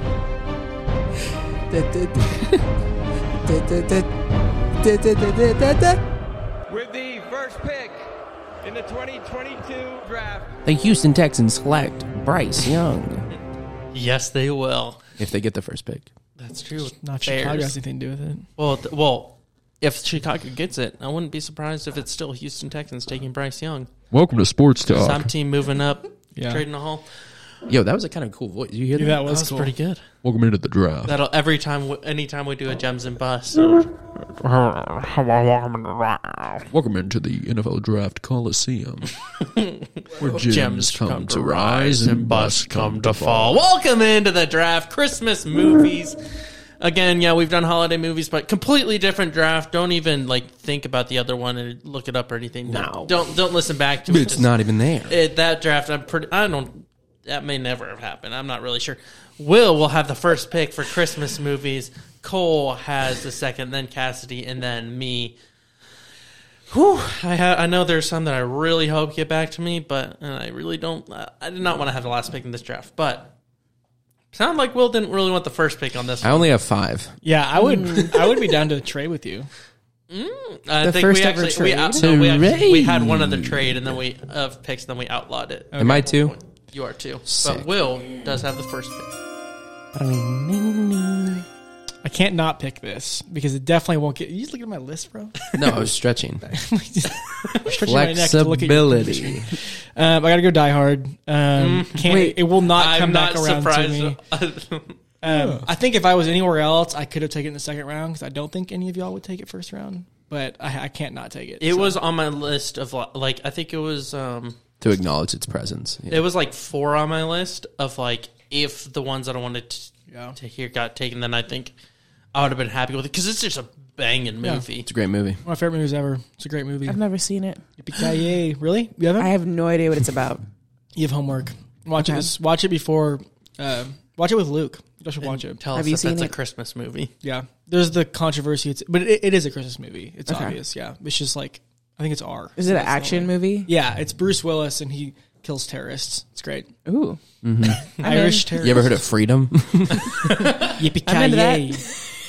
F: with the first pick in the 2022 draft.
D: The Houston Texans select Bryce Young
B: Yes, they will.
D: if they get the first pick.
B: That's true.
C: Not if
B: Bears.
C: Chicago has anything to do with it.
B: Well, th- well, if Chicago gets it, I wouldn't be surprised if it's still Houston Texans taking Bryce Young.
G: Welcome to Sports Talk.
B: Some team moving up,
C: Yeah.
B: trading a haul.
D: Yo, that was a kind of cool voice. You hear
C: Yeah,
D: that?
C: that was, cool.
B: pretty good.
D: Welcome into the draft.
B: That'll every time, we- anytime we do a gems and bus.
D: Welcome into the NFL Draft Coliseum, where gems,
B: Welcome into the draft. Christmas movies. Again, yeah, we've done holiday movies, but completely different draft. Don't even like think about the other one and look it up or anything.
D: No.
B: don't don't listen back to it.
D: It's
B: Just-
D: not even there.
B: it, that draft. I'm pretty. I don't. That may never have happened. I'm not really sure. Will will have the first pick for Christmas movies. Cole has the second, then Cassidy, and then me. Whew, I ha- I know there's some that I really hope get back to me, but and I really don't. I I did not want to have the last pick in this draft, but sound like Will didn't really want the first pick on this.
D: I
B: one.
D: only have five.
C: Yeah, I would I would be down to trade with you.
B: I
E: the
B: think
E: first
B: we
E: ever
B: actually we, out, no, we, actually, we had one other trade, and then we of picks, then we outlawed it.
D: Am I two?
B: You are too,
D: Sick.
B: but Will does have the first pick.
C: I can't not pick this because it definitely won't get. You just look at my list, bro.
D: No, I was stretching.
C: Stretching my neck to look at your-
D: Flexibility.
C: Um, I gotta go Die Hard. Um, can't, it will not
B: Mm. I'm
C: come back
B: not
C: around
B: surprised.
C: to me. Um, I think if I was anywhere else, I could have taken it in the second round because I don't think any of y'all would take it first round. But I, I can't not take it.
B: it
C: so.
B: was on my list of li- like I think it was um
D: to acknowledge its presence. Yeah.
B: it was like four on my list of like if the ones that I wanted to,
C: Yeah.
B: to hear got taken, then I think I would have been happy with it because it's just a banging movie.
D: It's a great movie.
C: one of my favorite movies ever. It's a great movie.
E: I've never seen it.
C: Yippee-ki-yay. really? You haven't?
E: I have no idea what it's about.
C: you have homework. Watch it.
E: Okay.
C: This, watch it before. Uh, watch it with Luke. You should watch it.
B: Tell
E: Have
B: us
E: you
B: if that's
E: seen
B: a
E: it?
B: Christmas movie.
C: Yeah, there's the controversy. It's but it, it is a Christmas movie. It's
E: Okay.
C: obvious. Yeah, it's just like I think it's R.
E: Is it an action movie?
C: Yeah, it's Bruce Willis and he kills terrorists. It's great.
E: Ooh, I'm
C: Irish
D: You
C: terrorists.
D: ever heard of Freedom?
C: Yippee
E: I'm into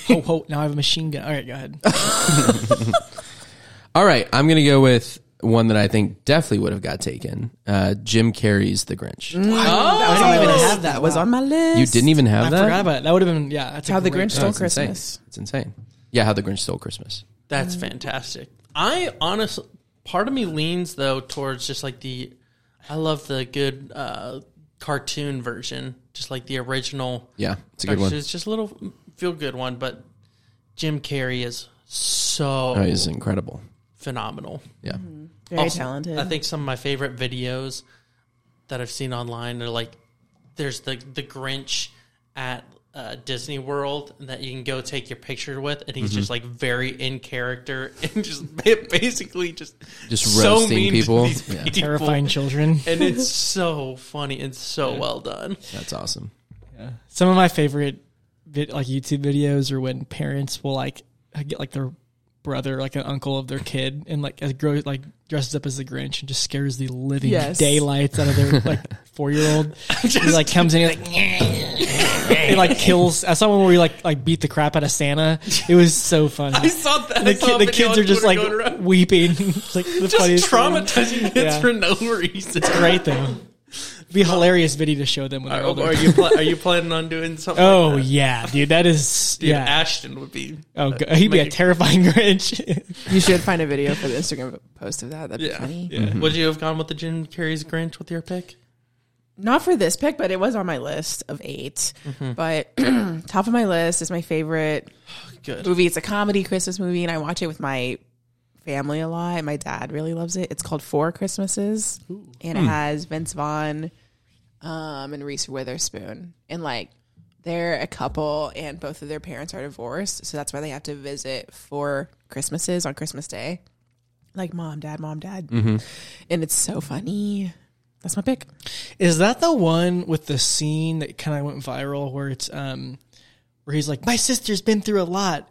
C: ki Ho ho! Now I have a machine gun. All right, go
E: Oh.
C: ahead.
D: All right, I'm gonna go with one that I think definitely would have got taken. Uh, Jim Carrey's The Grinch.
E: I don't even have that. Was on my list.
D: You didn't even have
C: I
D: that.
C: forgot about it. That would have been yeah. That's a
E: How the
C: great-
E: Grinch Stole
D: it's insane.
E: Christmas.
D: It's insane. Yeah, how the Grinch stole Christmas.
B: That's fantastic. I honestly, part of me leans though towards just like the, I love the good uh, cartoon version, just like the original.
D: Yeah, it's a good one.
B: It's just a little feel good one, but Jim Carrey is so
D: Oh, he's incredible.
B: phenomenal.
D: Yeah,
C: Mm-hmm.
E: Very
D: Oh,
B: Also,
E: talented.
B: I think some of my favorite videos that I've seen online are like there's the the Grinch at uh, Disney World that you can go take your picture with, and he's just
D: Mm-hmm.
B: like very in character and just ba- basically just
D: Just
B: so
D: roasting
B: mean to
D: people.
B: these
D: Yeah.
B: people.
C: terrifying children.
B: And it's so funny and so well done.
D: that's awesome.
C: Some of my favorite vid- like YouTube videos are when parents will like get like their brother, like an uncle of their kid, and like as grow like dresses up as the Grinch and just scares the living
E: Yes.
C: daylights out of their like four year old. He like comes in and like he like kills. I saw one where he like like beat the crap out of Santa. It was so funny.
B: I saw that. I
C: the,
B: saw
C: ki-
B: a
C: the
B: video
C: kids
B: on
C: are just like
B: Twitter going around.
C: weeping. It's like the
B: just
C: funniest thing.
B: traumatizing kids
C: Yeah.
B: for no reason.
C: Great though. Be a hilarious video to show them when they're
B: Are,
C: older.
B: are you pl- are you planning on doing something?
C: Oh
B: like that?
C: yeah, dude, that is
B: Dude,
C: yeah.
B: Ashton would be.
C: oh, go- he'd be a
B: Make-
C: terrifying Grinch.
E: you should find a video for the Instagram post of that. That'd be
B: Yeah.
E: funny.
B: yeah. Would you have gone with the Jim Carrey's Grinch with your pick?
E: Not for this pick, but it was on my list of 8
D: Mm-hmm.
E: But top of my list is my favorite
B: Good.
E: movie. It's a comedy Christmas movie, and I watch it with my family a lot. My dad really loves it. It's called Four Christmases, and it has Vince Vaughn um, and Reese Witherspoon. And like, they're a couple, and both of their parents are divorced, so that's why they have to visit four Christmases on Christmas Day. Like mom, dad, mom, dad, and it's so funny. That's my pick.
C: Is that the one with the scene that kind of went viral where it's um where he's like, my sister's been through a lot.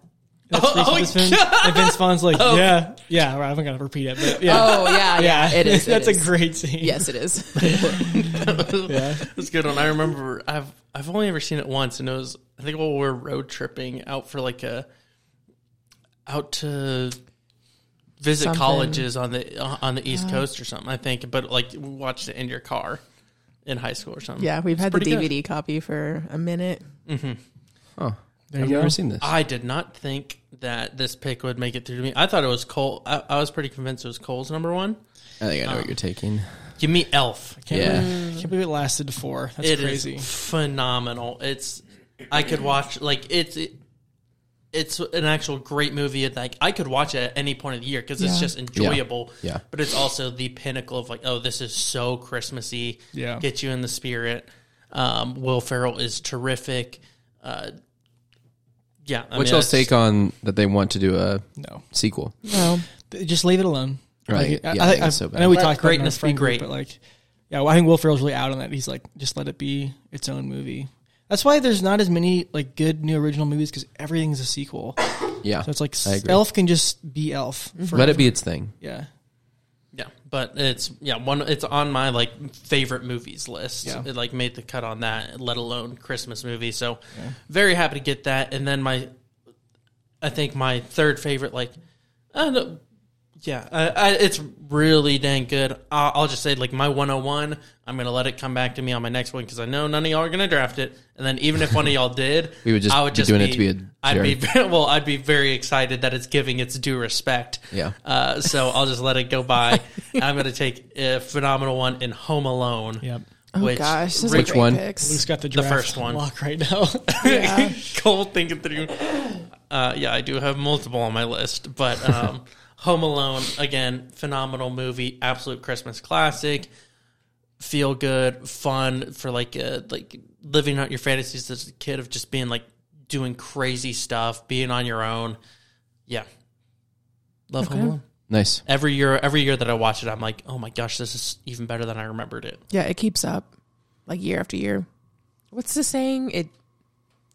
C: That's
B: Oh, oh,
C: Reese Witherspoon. and Vince Vaughn's like, yeah, yeah. Well, I'm gonna repeat it, but yeah,
E: Oh yeah, yeah, it is. it
C: That's
E: is.
C: a great scene.
E: Yes, it is.
B: That's a good one. I remember I've I've only ever seen it once, and it was I think while we were road tripping out for like a out to visit
E: Something.
B: colleges on the on the East Coast or something. I think, but like we watched it in your car in high school or something.
E: Yeah, we've had the
B: pretty good.
E: DVD copy for a minute.
D: I've never seen this.
B: I did not think that this pick would make it through to me. I thought it was Cole. I, I was pretty convinced it was Cole's number one.
C: uh,
D: I think I know what you're taking.
B: Give me Elf.
C: Can't
D: Yeah.
C: believe, can't believe it lasted to four. That's
B: It is
C: crazy.
B: phenomenal. It's I could watch like it's it, it's an actual great movie. and, Like I could watch it at any point of the year because it's
E: Yeah.
B: just enjoyable.
D: Yeah.
B: but it's also the pinnacle of like, oh, this is so Christmassy.
C: Yeah.
B: get you in the spirit. Um, Will Ferrell is terrific. Uh, yeah, I
D: What's
B: mean, that's-
D: y'all's take on that they want to do a
C: No,
D: sequel?
E: No.
C: Th- just leave it alone.
D: Right.
C: Like, I,
D: Yeah,
C: I,
D: I
C: I,
D: think it's so
C: I know we
B: bad.
C: talked about it in our
B: Greatness be
C: friend
B: great.
C: group, but like, yeah, well, I think Will Ferrell's really out on that. He's like, just let it be its own movie. That's why there's not as many like good new original movies because everything's a sequel. So
D: Yeah.
C: it's like
D: I agree.
C: Elf can just be Elf.
E: Mm-hmm.
C: For,
D: Let it be its thing.
C: yeah,
B: Yeah, but it's yeah one. It's on my like favorite movies list.
C: Yeah.
B: It like made the cut on that, let alone Christmas movie. So very happy to get that. And then my, I think my third favorite like, I don't know, yeah, I, I, it's really dang good. I'll, I'll just say like my 101. I'm gonna let it come back to me on my next one because I know none of y'all are gonna draft it. And then even if one of y'all did,
D: We would just
B: I would
D: be
B: just
D: doing
B: be,
D: it to be a
B: I'd be well, I'd be very excited that it's giving its due respect.
D: Yeah.
B: Uh, so I'll just let it go by. I'm going to take a phenomenal one in Home Alone.
C: Yep.
B: Oh
E: Gosh, those are
D: Which
E: great
D: one?
E: picks.
C: Luke's got the draft
B: first one.
C: lock right now.
B: Cole thinking through. Uh, yeah, I do have multiple on my list, but um, Home Alone again, phenomenal movie, absolute Christmas classic. Feel good, fun for like uh like living out your fantasies as a kid of just being like doing crazy stuff, being on your own. Yeah, love Home Alone.
D: Nice.
B: Every year, every year that I watch it, I'm like, oh my gosh, this is even better than I remembered it.
E: Yeah, it keeps up like year after year. What's the saying? It
B: It's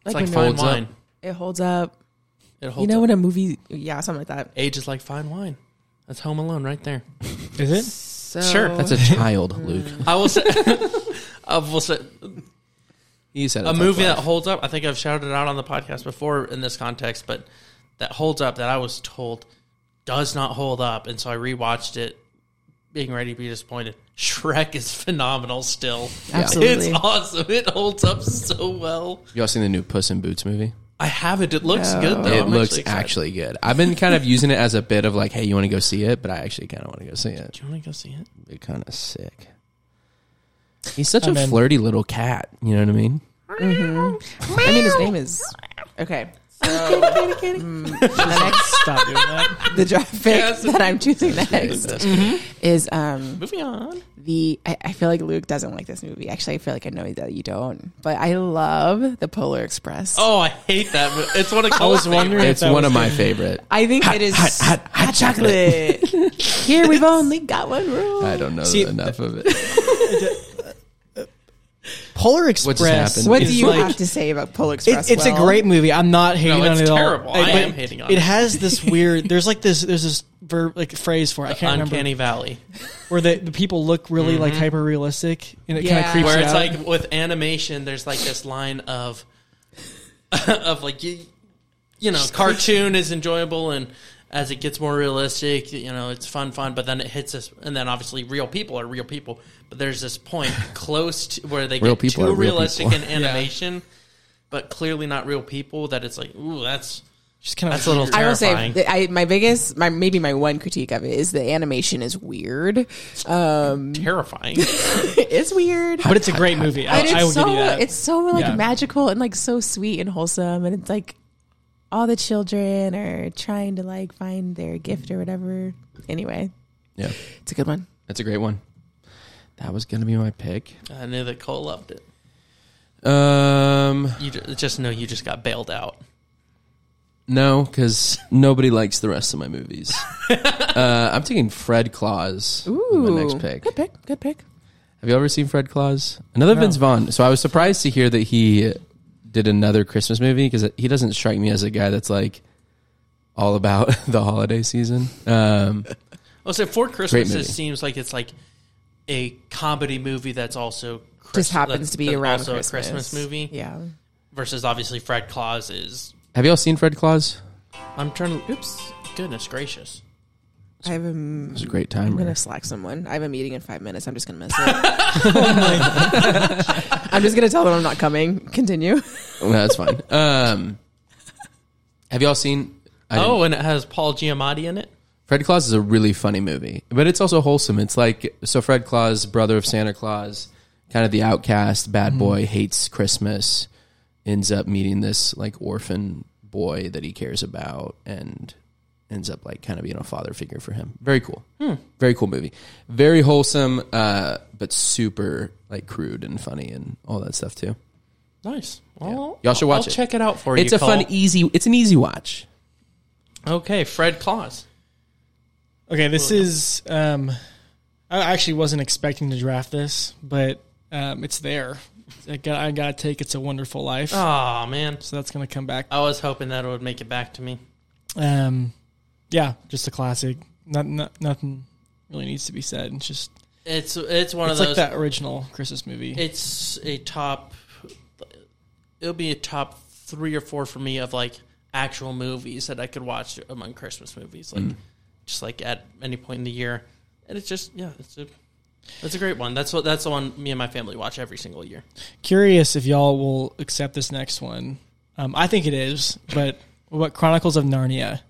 E: like,
B: like
E: when
B: fine
D: Holds up.
B: wine.
E: it holds up.
B: It holds
E: You know
B: up.
E: when a movie, yeah, something like that.
B: Age is like fine wine. That's Home Alone right there.
C: Is it?
E: So
B: Sure.
D: That's a child, Luke.
B: I will say, I will say
D: He said
B: a movie that holds up. I think I've shouted it out on the podcast before in this context, but that holds up that I was told does not hold up, and so I rewatched it, being ready to be disappointed. Shrek is phenomenal still.
E: Absolutely.
B: It's awesome. It holds up so well.
D: Y'all seen the new Puss in Boots movie?
B: I have it. It looks good though.
D: it
B: I'm
D: looks
B: excited.
D: actually good. I've been kind of using it as a bit of like, hey, you want to go see it? But I actually kind of want to go see it.
B: Do you want to go see it?
D: It'd be kind of sick. He's such a
C: I'm in.
D: flirty little cat. You know what I mean?
E: I mean, his name is okay. So, mm, the next,
C: Stop doing that.
E: the draft pick that I'm choosing next is um
B: Moving on.
E: the. I, I feel like Luke doesn't like this movie. Actually, I feel like I know that you don't, but I love the Polar Express.
B: Oh, I hate that. mo- It's one of Cole's
C: was wondering-
B: favorites.
D: It's
C: that
D: one
C: was
D: of my
C: good.
D: favorite.
E: I think it is hot, chocolate. Here we've only got one rule.
D: I don't know
C: See,
D: enough of it.
C: Polar Express.
D: happened?
E: What do
C: is
E: you
C: like-
E: have to say about Polar Express?
C: It, it's
E: Will?
C: a great movie. I'm not hating
B: it's
C: on it
B: terrible.
C: at all.
B: I
C: but
B: am hating on
C: it.
B: it.
C: has this weird. There's like this. There's this verb like phrase for it. I can't
B: Uncanny
C: remember
B: Valley.
C: where the, the people look really like hyper realistic and it kind of
E: Yeah.
C: creeps
B: where
C: you
B: it's
C: out.
B: like with animation there's like this line of of like you, you know cartoon is enjoyable and as it gets more realistic you know it's fun fun but then it hits us and then obviously real people are real people but there's this point close to where they
D: Real
B: get
D: people are
B: too
D: real
B: realistic
D: people.
B: in animation but clearly not real people that it's like ooh that's
C: Just kind
B: that's a little
E: I will say
B: terrifying
E: that I, my biggest, my maybe my one critique of it is the animation is weird. Um,
B: terrifying
E: it's weird,
C: But it's a great movie. I,
E: but it's
C: I will
E: so
C: give you that.
E: it's so like
C: Yeah.
E: magical and like so sweet and wholesome, and it's like all the children are trying to like find their gift or whatever. Anyway,
D: Yeah,
E: it's a good one.
D: that's a great one. That was gonna be my pick.
B: i knew that cole loved it
D: Um,
B: you ju- just know you just got bailed out
D: no, because nobody likes the rest of my movies. uh, I'm taking Fred Claus. on
E: Ooh,
D: my next pick.
E: Good pick. Good pick.
D: Have you ever seen Fred Claus? Another Vince Vaughn. So I was surprised to hear that he did another Christmas movie because he doesn't strike me as a guy that's like all about the holiday season. Um,
B: Well, Oh, so for Christmas,
D: movie.
B: it seems like it's like a comedy movie that's also Christ-
E: Just happens
B: that's-
E: to be
B: that's
E: around
B: also
E: Christmas.
B: a Christmas movie.
E: Yeah.
B: Versus obviously Fred Claus is.
D: have y'all seen Fred Claus?
B: I'm trying to. Oops. Goodness gracious.
E: I have a, m-
D: It was a great
E: I'm
D: time.
E: gonna slack someone. I have a meeting in five minutes. I'm just gonna miss it. I'm just gonna tell them I'm not coming. Continue.
D: Well, that's fine. Um, have y'all seen? I didn't-
E: Oh,
B: oh, and it has Paul Giamatti in it.
D: Fred Claus is a really funny movie, but it's also wholesome. It's like so Fred Claus, brother of Santa Claus, kind of the outcast, bad boy, hates Christmas, ends up meeting this like orphan boy that he cares about and ends up like kind of being a father figure for him. Very cool. Very cool movie. Very wholesome, uh, but super like crude and funny and all that stuff too.
B: Nice. Well,
D: Y'all should
B: I'll-
D: watch
B: I'll
D: it.
B: check it out for you.
D: It's a
B: Cole.
D: fun, e-, easy. It's an easy watch.
B: Okay, Fred Claus.
C: Okay, this is. Um, I actually wasn't expecting to draft this, but um, it's there. I got, I got to take "It's a Wonderful Life,"
B: Oh man,
C: so that's gonna come back.
B: I was hoping that it would make it back to me.
C: Um, yeah, just a classic. Not, not nothing really needs to be said. It's just
B: It's it's one
C: it's
B: of those.
C: like that original Christmas movie.
B: It's a top. It'll be a top three or four for me of like actual movies that I could watch among Christmas movies, like just like at any point in the year. And it's just yeah, it's a it's a great one. That's what that's the one me and my family watch every single year.
C: Curious if y'all will accept this next one. Um, I think it is, but what Chronicles of Narnia?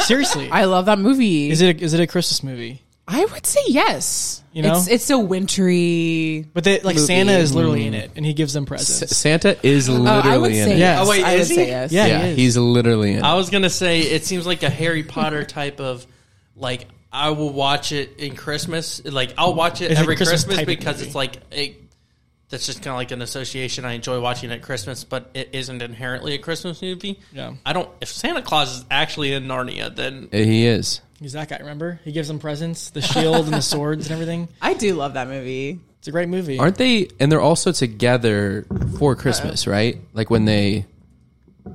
C: Seriously,
E: I love that movie.
C: is it a, is it a Christmas movie?
E: I would say yes.
C: You know?
E: it's, it's a wintry.
C: But they, like
E: Movie.
C: Santa is literally in it, and he gives them presents.
D: S- Santa is literally
E: oh, I would
D: in
E: say
D: it.
C: Yeah.
E: yes.
C: Oh, wait,
E: I
B: is
E: would
B: he?
E: say yes.
C: Yeah.
D: Yeah,
C: he is.
D: he's literally in.
B: I
D: it.
B: was gonna say it seems like a Harry Potter type of like I will watch it in Christmas. Like I'll watch it
C: It's a
B: every
C: Christmas
B: Christmas,
C: type of
B: because
C: movie.
B: it's like a, that's just kind of like an association I enjoy watching at Christmas, but it isn't inherently a Christmas movie.
C: Yeah.
B: I don't. If Santa Claus is actually in Narnia, then
D: He is.
C: He's that guy. Remember, he gives them presents, the shield and the swords and everything.
E: I do love that movie.
C: It's a great movie.
D: Aren't they? And they're also together for Christmas, right? Like when they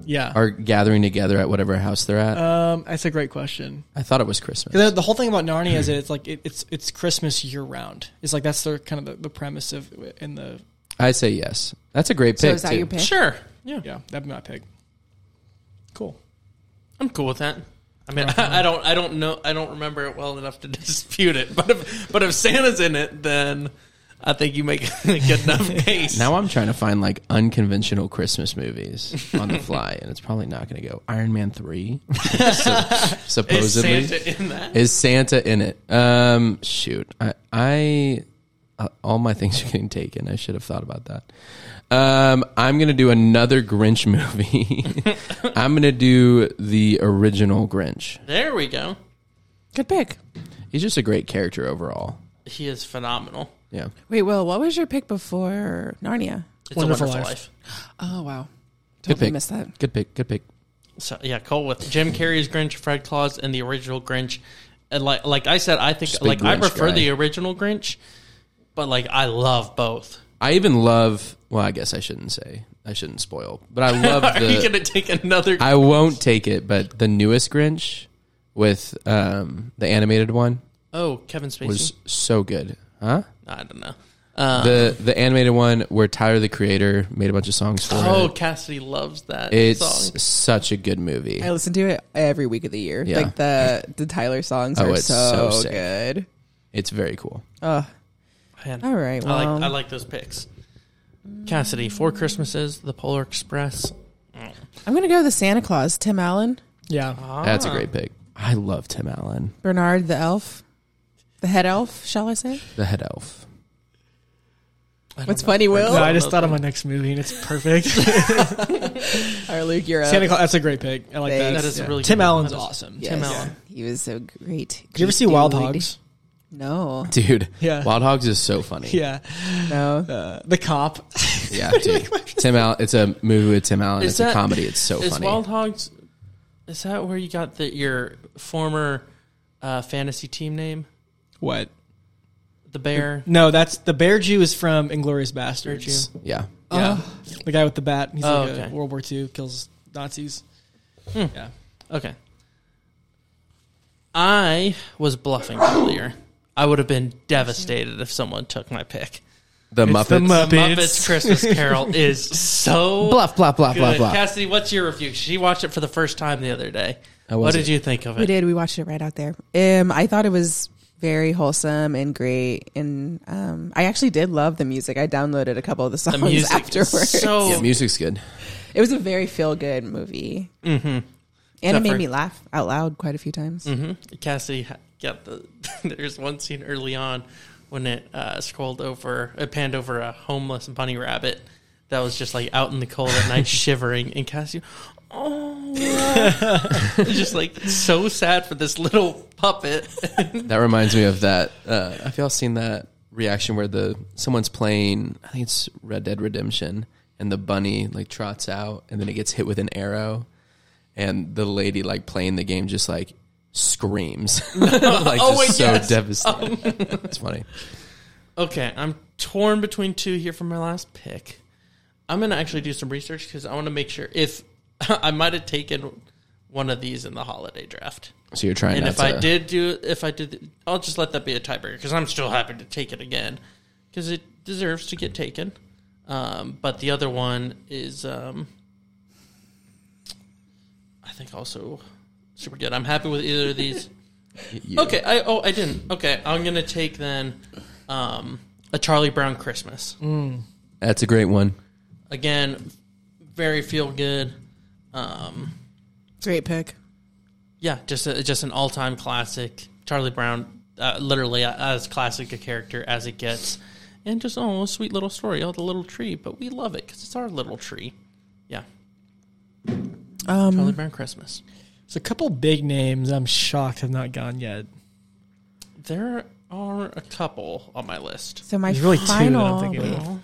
C: yeah,
D: are gathering together at whatever house they're at.
E: Uh,
C: um, that's a great question.
D: I thought it was Christmas.
C: The, the whole thing about Narnia is that it's like it, it's it's Christmas year round. It's like that's the kind of the, the premise of in the
D: I say yes. That's a great pick.
E: So is that
D: too.
E: your pick?
B: sure, yeah,
C: yeah. That'd be my pick. Cool.
B: I'm cool with that. I mean, I, I don't, I don't know, I don't remember it well enough to dispute it. But if, but if Santa's in it, then I think you make a good enough case.
D: Now I'm trying to find like unconventional Christmas movies on the fly, and it's probably not going to go. Iron Man three, Sup-
B: is
D: supposedly.
B: Santa in that?
D: Is Santa in it? Um, shoot, I, I, uh, all my things are getting taken. I should have thought about that. Um, I'm gonna do another Grinch movie. I'm gonna do the original Grinch.
B: There we go.
E: Good pick.
D: He's just a great character overall.
B: He is phenomenal.
D: Yeah,
E: Wait, Will, what was your pick before Narnia?
B: It's
C: Wonderful
B: a wonderful
C: Life.
B: life.
E: Oh wow,
D: good
E: totally
D: pick.
E: missed that.
D: Good pick. Good pick.
B: So yeah, Cole with Jim Carrey's Grinch, Fred Claus, and the original Grinch. And like like I said, I think
D: Just a
B: like
D: big
B: I
D: Grinch
B: prefer
D: guy.
B: the original Grinch, but like I love both.
D: I even love. Well, I guess I shouldn't say. I shouldn't spoil. But I love
B: Are
D: the.
B: you gonna take another?
D: I won't take it. But the newest Grinch with um, the animated one
B: oh, Kevin Spacey.
D: was so good. Huh?
B: I don't know. Uh,
D: the the animated one where Tyler the Creator made a bunch of songs for
B: oh,
D: it.
B: Cassidy loves that
D: It's
B: song.
D: such a good movie.
E: I listen to it every week of the year.
D: Yeah.
E: Like the the Tyler songs
D: Oh,
E: are
D: it's so
E: so,
D: sick.
E: good.
D: It's very cool.
B: Man,
E: All right,
B: I
E: well.
B: like I like those picks. Cassidy, Four Christmases, The Polar Express.
E: I'm gonna go with the Santa Claus, Tim Allen,
C: Yeah.
D: That's
B: Ah.
D: a great pick. I love Tim Allen,
E: Bernard the Elf, the head elf, shall I say?
D: the head elf.
E: What's funny, Will?
C: No, I just thought of my next movie and it's perfect. Santa
E: All right, Luke, you're up.
C: Claus, that's a great pick. I like that.
E: Thanks.
B: That is a
E: Yeah.
B: really
C: Tim
B: good one.
C: Allen's
B: That is-
C: awesome.
E: Yes.
B: Tim Allen.
E: He was so great.
C: Did you ever
E: Great
C: see Wild
E: dude.
C: Hogs?
E: No,
D: Dude,
C: Yeah.
D: Wild Hogs is so funny.
C: Yeah.
E: no.
C: Uh, the cop.
D: Yeah, dude. Tim Allen. It's a movie with Tim Allen.
B: Is
D: it's a
B: that-
D: comedy. It's so
B: is
D: funny.
B: Wild Hogs? Is that where you got the, your former uh, fantasy team name,
C: what?
B: the Bear?
C: No, that's the Bear Jew is from Inglorious Bastards.
B: Jew.
D: yeah.
C: Yeah. the guy with the bat. He's
B: Oh,
C: like a
B: okay. Hmm.
C: World War II kills Nazis. Yeah.
B: Okay. I was bluffing earlier. I would have been devastated if someone took my pick.
D: The Muppets.
C: the Muppets.
B: Muppets Christmas Carol is so
D: Bluff, bluff, bluff,
B: good.
D: bluff, bluff.
B: Cassidy, what's your review? She watched it for the first time the other day.
D: How was
B: What
D: it?
B: did you think of
E: We
B: it?
E: did. We watched it right out there. Um, I thought it was very wholesome and great, and um, I actually did love the music. I downloaded a couple of the
B: The
E: songs
B: music is
E: afterwards.
B: so
D: Yeah, music's good.
E: it was a very feel good movie. And it
B: Except
E: made
B: for-
E: me laugh out loud quite a few times.
B: Cassidy ha- got the. there's one scene early on when it uh, scrolled over, it panned over a homeless bunny rabbit that was just like out in the cold at night shivering, and Cassidy, oh, It's just like so sad for this little puppet.
D: That reminds me of that. Uh, have y'all seen that reaction where the someone's playing? I think it's Red Dead Redemption, and the bunny like trots out, and then it gets hit with an arrow, and the lady like playing the game just like screams, like
B: Oh,
D: just
B: wait,
D: so
B: yes. Oh.
D: devastated. it's funny.
B: okay, I'm torn between two here for my last pick. I'm gonna actually do some research because I want to make sure if I might have taken one of these in the holiday draft.
D: So you're trying.
B: And
D: not
B: if I
D: to-
B: did do, if I did, I'll just let that be a tiebreaker because I'm still happy to take it again because it deserves to get taken. Um, but the other one is, um, I think, also super good. I'm happy with either of these.
D: you-
B: Okay, I oh I didn't. Okay, I'm gonna take then um, a Charlie Brown Christmas
D: that's a great one.
B: again. Very feel good. Um,
E: Great pick.
B: Yeah, just a, just an all time classic. Charlie Brown, uh, literally as classic a character as it gets, and just oh, a sweet little story. Oh, the little tree, but we love it because it's our little tree. Yeah, Charlie
E: Um,
B: Brown Christmas.
C: There's a couple big names I'm shocked have not gone yet.
B: There are a couple on my list.
E: so my
C: There's really two that I'm
E: final,
C: thinking of.
B: Well,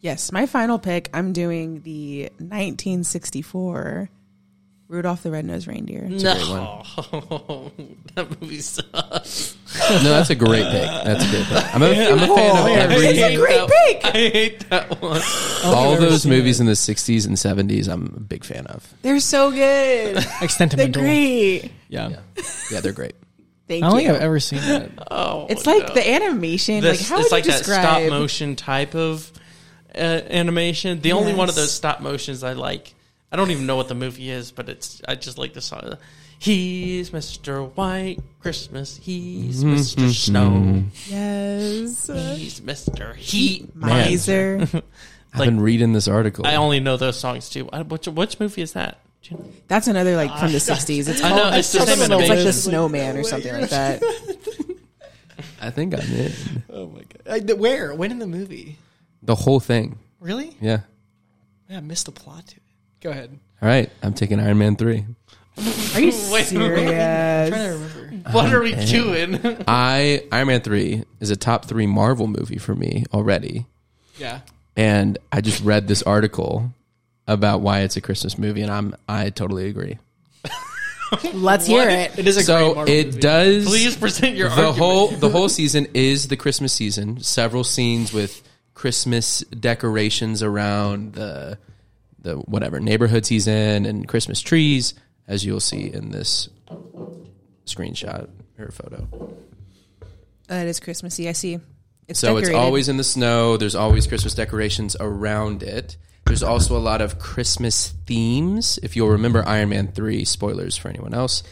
E: yes, my final pick. I'm doing the 1964 Rudolph the Red-Nosed Reindeer.
B: Mm. no, that movie sucks.
D: No, that's a great pick. That's a great pick. I'm a, I'm a fan of
C: Oh, man.
D: every,
E: a great
B: That- I hate that one.
D: all those movies in the '60s and '70s. I'm a big fan of.
E: They're so good. They're
C: Extentimental.
E: great.
C: Yeah.
D: Yeah, they're great.
E: Thank
C: I don't think
E: you.
C: I've ever seen that.
B: Oh,
E: it's like
B: no.
E: the animation. like
B: this,
E: how
B: it's
E: would
B: like
E: you
B: that stop
E: describe?
B: motion type of uh, animation. The only one of
E: Yes.
B: those stop motions I like. I don't even know what the movie is, but it's I just like the song. He's Mr. White Christmas. He's
C: Mm-hmm.
B: Mr. Snow.
E: Yes.
B: He's Mr. Heat.
E: Miser.
D: I've
B: Like-
D: been reading this article.
B: I only know those songs too. I- Which which movie is that? Do you know?
E: That's another like from the sixties. It's
B: I
E: called
B: know, it's the same
E: it's like
B: animation.
E: the snowman or something like that.
D: I think I'm in
C: Oh my god! where? When in the movie?
D: the whole thing.
C: Really?
D: Yeah.
C: Man, I missed the plot to it. Go ahead.
D: All right, I'm taking Iron Man three.
E: Are you
B: Wait,
C: I'm
E: serious?
C: trying to remember.
B: What are we doing?
D: I Iron Man three is a top three Marvel movie for me already,
C: Yeah.
D: and I just read this article about why it's a Christmas movie, and I'm I totally agree.
E: Let's hear it.
C: It is a great
D: So
C: Marvel
D: it
C: movie.
D: does.
B: Please present your
D: the
B: argument.
D: whole the whole season is the Christmas season. Several scenes with Christmas decorations around the the whatever neighborhoods he's in and Christmas trees, as you'll see in this screenshot or photo.
E: Uh, it is Christmassy. I see. It's
D: So it's always in the snow. There's always Christmas decorations around it. There's also a lot of Christmas themes. If you'll remember Iron Man 3, spoilers for anyone else,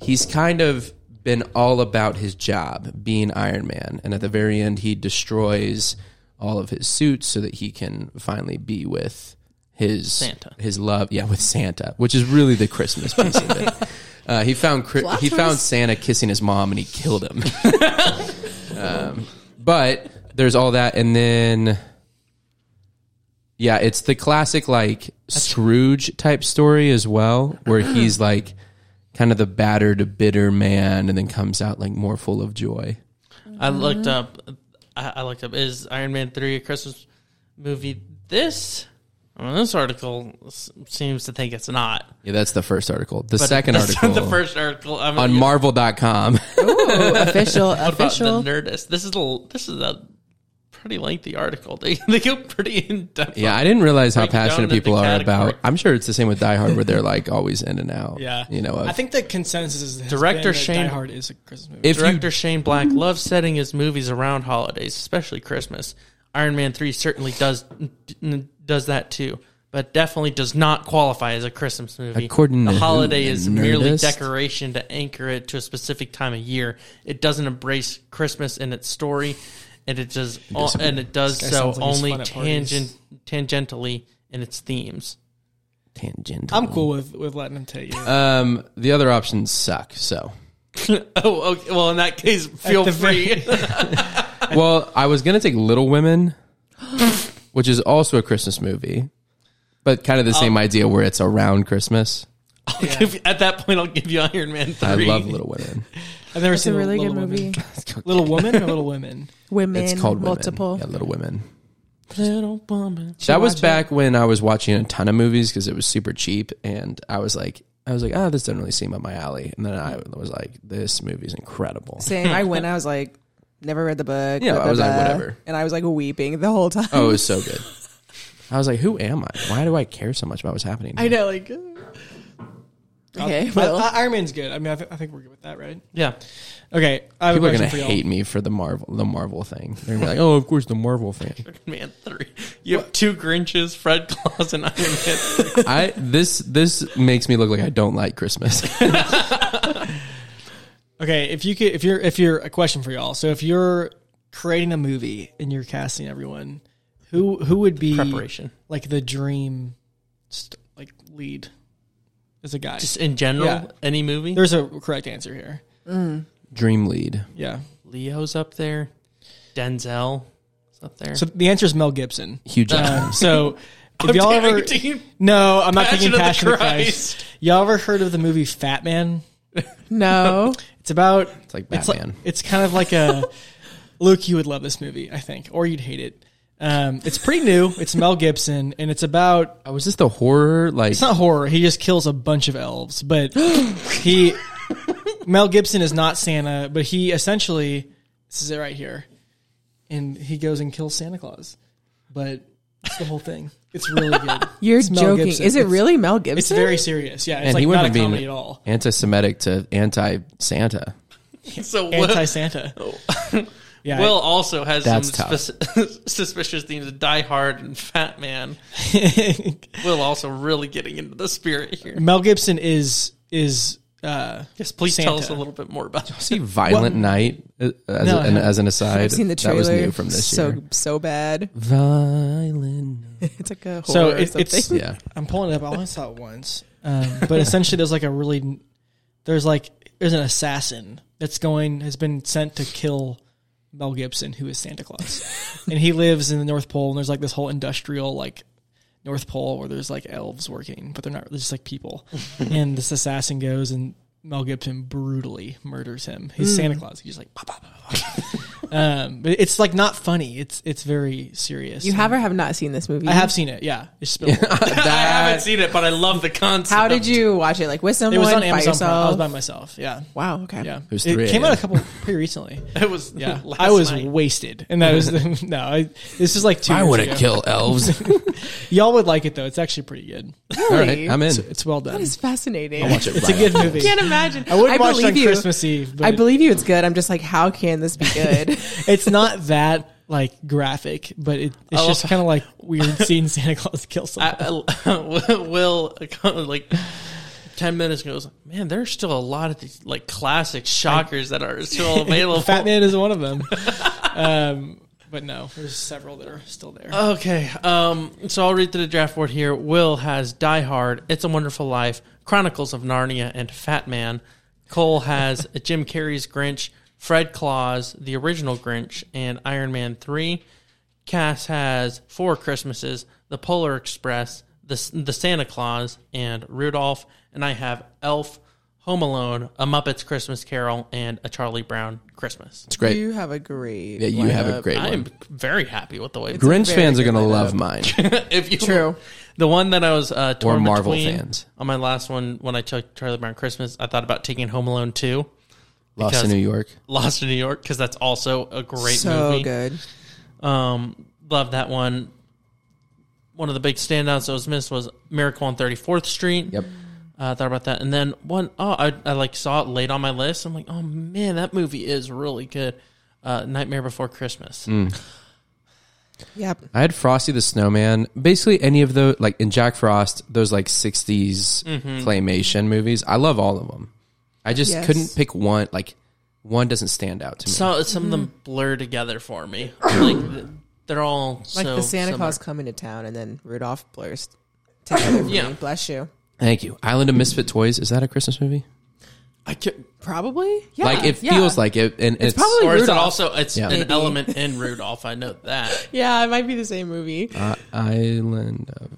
D: he's kind of been all about his job being Iron Man. And at the very end, he destroys all of his suits so that he can finally be with his
B: Santa.
D: his love yeah with santa which is really the christmas piece of it uh, he found Chri- he found santa kissing his mom and he killed him Um, but there's all that and then yeah it's the classic like scrooge type story as well where he's like kind of the battered bitter man and then comes out like more full of joy
B: I looked up. I, I looked up. Is Iron Man three a Christmas movie? This well, this article s- seems to think it's not.
D: yeah that's the first article the
B: But
D: second
B: that's
D: article
B: the first article I'm
D: on marvel.com
E: Oh, official.
B: about the
E: official.
B: Nerdist. This is a this is a pretty lengthy article. They they go pretty in depth.
D: yeah i didn't realize how
B: Break it down
D: passionate
B: into
D: people
B: the
D: are
B: category.
D: about i'm sure it's the same with die hard where they're like always in and out
C: Yeah.
D: you know of-
C: I think the consensus is has
B: Director
C: been that
B: Shane-
C: Die Hard is a Christmas movie.
D: if you
B: Director Shane Black loves setting his movies around holidays, especially Christmas. Iron Man 3 certainly does does that too, but definitely does not qualify as a Christmas movie.
D: According
B: the
D: to who?
B: holiday
D: The
B: is merely
D: Nerdist?
B: decoration to anchor it to a specific time of year. It doesn't embrace Christmas in its story, and it does and it does
C: guy
B: so
C: sounds like he's
B: only
C: fun at
B: tangent tangentially in its themes.
D: tangential.
C: I'm cool with with letting him take it.
D: Um, the other options suck. So,
B: oh, okay. well, in that case, feel
C: the
B: free.
D: well, I was gonna take Little Women, which is also a Christmas movie, but kind of the
C: Oh.
D: same idea where it's around Christmas.
B: I'll give you- At that point, I'll give you Iron Man 3.
D: I love Little Women.
C: I've never
E: It's
C: seen
E: a really
C: Little
E: good
C: Women.
E: movie.
C: Little Woman or Little Women?
E: Women,
D: It's called Women.
E: multiple.
D: Yeah, Little Women.
B: Little woman.
D: that was
E: watch it?
D: back when I was watching a ton of movies because it was super cheap, and I was like, I was like, ah, this doesn't really seem up my alley. And then I was like, this movie's incredible.
E: Same. I went. I was like, never read the book.
D: Yeah,
E: blah,
D: I was
E: blah,
D: like,
E: blah.
D: whatever.
E: And I was like weeping the whole time.
D: Oh, it was so good. I was like, who am I? Why do I care so much about what's happening?
E: I
D: here?
E: know. Like, okay,
C: I,
E: well,
C: I- Iron Man's good. I mean, I, th- I think we're good with that, right?
B: Yeah.
C: Okay, I have
D: People
C: a
D: are gonna
C: question for y'all.
D: hate me for the Marvel, the Marvel thing. They're gonna be like, "Oh, of course, the Marvel fan."
B: Iron Man 3. You have two Grinches, Fred Claus, and Iron Man 3.
D: I this this makes me look like I don't like Christmas.
C: Okay, if you could, if you're, if you're a question for y'all. So if you're creating a movie and you're casting everyone, who who would be
B: Preparation.
C: like the dream, st- like lead, as a guy?
B: Just in general,
C: Yeah.
B: any movie.
C: There's a correct answer here.
D: Dream lead.
C: Yeah.
B: Leo's up there. Denzel is up there.
C: So the answer is Mel Gibson.
D: Hugh Jackman.
C: Um, so if
B: I'm
C: y'all ever,
B: thinking
C: no, I'm not
B: Passion
C: thinking
B: of the
C: Passion of the Christ.
B: Christ.
C: Y'all ever heard of the movie Fat Man?
E: no.
C: It's about
D: it's like
C: It's like-
D: Batman.
C: It's, kind of like a Luke. You would love this movie, I think, or you'd hate it. Um, it's pretty new. It's Mel Gibson, and it's about.
D: oh, was this the horror? Like,
C: It's not horror. He just kills a bunch of elves, but he Mel Gibson is not Santa, but he essentially this is it right here, and he goes and kills Santa Claus, but it's the whole thing. It's really good.
E: You're
C: It's Mel
E: joking.
C: Gibson.
E: Is it
C: It's-
E: really Mel Gibson?
C: It's very serious. Yeah, it's
D: and
C: like
D: he went
C: not a
D: from
C: comedy
D: being
C: at all.
D: anti-Semitic to anti-Santa.
B: so what? Oh.
C: Anti Santa. Yeah,
B: Will also has
D: That's
B: some
D: tough.
B: spec- suspicious themes. Die Hard and Fat Man. Will also really getting into the spirit here.
C: Mel Gibson is is uh
B: Yes, please tell us a
C: Santa.
B: little bit more about. It.
D: See, Violent Night uh, as,
C: No,
D: a-
C: I
D: an,
C: haven't.
D: as an aside.
E: I've seen the trailer.
D: That was new from this
E: so
D: year.
E: so bad.
D: Violent.
E: It's like a horror
C: so
E: or
C: it,
E: something.
C: it's
D: Yeah.
C: I'm pulling it up. I only saw it once, um, but essentially there's like a really there's like there's an assassin that's going has been sent to kill Mel Gibson, who is Santa Claus, and he lives in the North Pole. And there's like this whole industrial like North Pole where there's like elves working, but they're not they're just like people. and this assassin goes and Mel Gibson brutally murders him. He's Santa Claus. He's just like, pop, pop, pop, pop. um, but it's like not funny. It's it's very serious.
E: you
C: And
E: have or have not seen this movie.
C: I have seen it. Yeah, it's just been a while.
B: I haven't seen it, but I love the concept.
E: How did you watch it? Like with someone
C: It was on
E: by
C: Amazon Prime. I was
E: yourself?
C: by myself. Yeah.
E: wow. Okay.
C: Yeah.
D: was
C: it
D: 3
C: came out
D: a.m..
C: a couple pretty recently.
B: It was.
C: Yeah.
B: last
C: I was
B: night.
C: wasted. And that was no, I, this is like two
D: I
C: years
D: want to
C: ago.
D: kill elves.
C: Y'all would like it though. It's actually pretty good.
D: All right, I'm in.
C: It's well done.
E: That is fascinating.
D: Watch it.
C: It's a good movie.
E: can't imagine.
C: I wouldn't watch it
E: believe
C: on
E: you.
C: Christmas Eve, but
E: I believe you. It's good. I'm just like, how can this be good?
C: it's not that like graphic, but it, it's
B: love-
C: just kind of like weird seeing Santa Claus kill someone.
B: I, I- Will like ten minutes ago was like, man, there's still a lot of these like classic shockers that are still available.
C: Fat Man is one of them. um, but no, there's several that are still there.
B: Okay, um, so I'll read through the draft board here. Will has Die Hard, It's a Wonderful Life, Chronicles of Narnia, and Fat Man. Cole has Jim Carrey's Grinch, Fred Claus, the original Grinch, and Iron Man 3. Cass has Four Christmases, The Polar Express, The, the Santa Claus, and Rudolph. And I have Elf, Home Alone, A Muppet's Christmas Carol, and A Charlie Brown Christmas.
D: It's great.
E: You have a great.
D: yeah, you have a great
B: I am
D: one.
B: very happy with the way
D: Grinch
E: very
D: fans are
E: good
D: going to love
E: lineup.
D: mine.
B: if you
E: True.
B: the one that I was uh, torn
D: Marvel
B: between
D: fans.
B: on my last one when I took Charlie Brown Christmas, I thought about taking Home Alone two,
D: Lost
B: Because-
D: in New York.
B: Lost in New York, because that's also a great
E: so
B: movie.
E: good.
B: Um, love that one. One of the big standouts that was missed was Miracle on Thirty Fourth Street.
D: Yep.
B: Uh, I thought about that, and then one oh I, I like saw it late on my list. I'm like, oh man, that movie is really good. Uh, Nightmare Before Christmas.
D: Mm.
E: Yep.
D: I had Frosty the Snowman. Basically, any of those, like in Jack Frost, those like 60s
B: Mm-hmm.
D: claymation movies. I love all of them. I just
E: Yes.
D: couldn't pick one. Like, one doesn't stand out to me.
B: So some of
E: Mm-hmm.
B: them blur together for me. like th- they're all
E: Like
B: so
E: the Santa
B: similar.
E: Claus coming to town, and then Rudolph blurs together. for
B: Yeah.
E: me. bless you.
D: Thank you. Island of Misfit Toys. Is that a Christmas movie?
B: I could,
E: Probably. Yeah.
D: like it
E: yeah.
D: feels like it, and it's,
E: probably-
B: or is it
E: Rudolph.
B: also it's
D: Yeah.
B: an
D: Maybe.
B: element in Rudolph? I know that.
E: Yeah, it might be the same movie.
D: uh, Island of.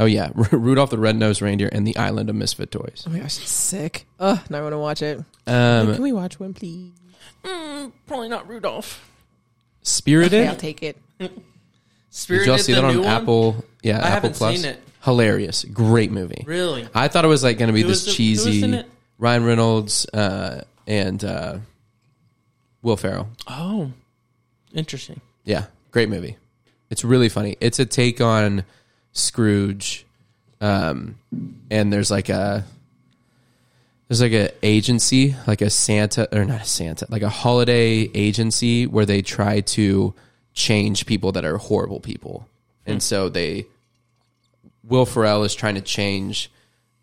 D: Oh yeah, Rudolph the Red-Nosed Reindeer and the Island of Misfit Toys.
E: Oh my gosh, it's sick. Ugh, now I want to watch it. Can
D: Um,
E: we watch one, please?
B: Mm, probably not Rudolph.
D: Spirited.
E: Yeah, I'll take it.
B: Spirited,
D: Did y'all see
B: the
D: that on
B: new one?
D: Apple? Yeah, Apple
B: haven't
D: Plus.
B: seen it.
D: Hilarious, great movie.
B: Really?
D: I thought it was like going to be
B: Who
D: this
B: was the- who was
D: cheesy
B: in it?
D: Ryan Reynolds uh, and uh, Will Ferrell.
B: Oh, interesting.
D: Yeah, great movie. It's really funny. It's a take on Scrooge, um, and there's like a there's like a agency, like a Santa or not a Santa, like a holiday agency where they try to change people that are horrible people,
C: Hmm.
D: and so they Will Ferrell is trying to change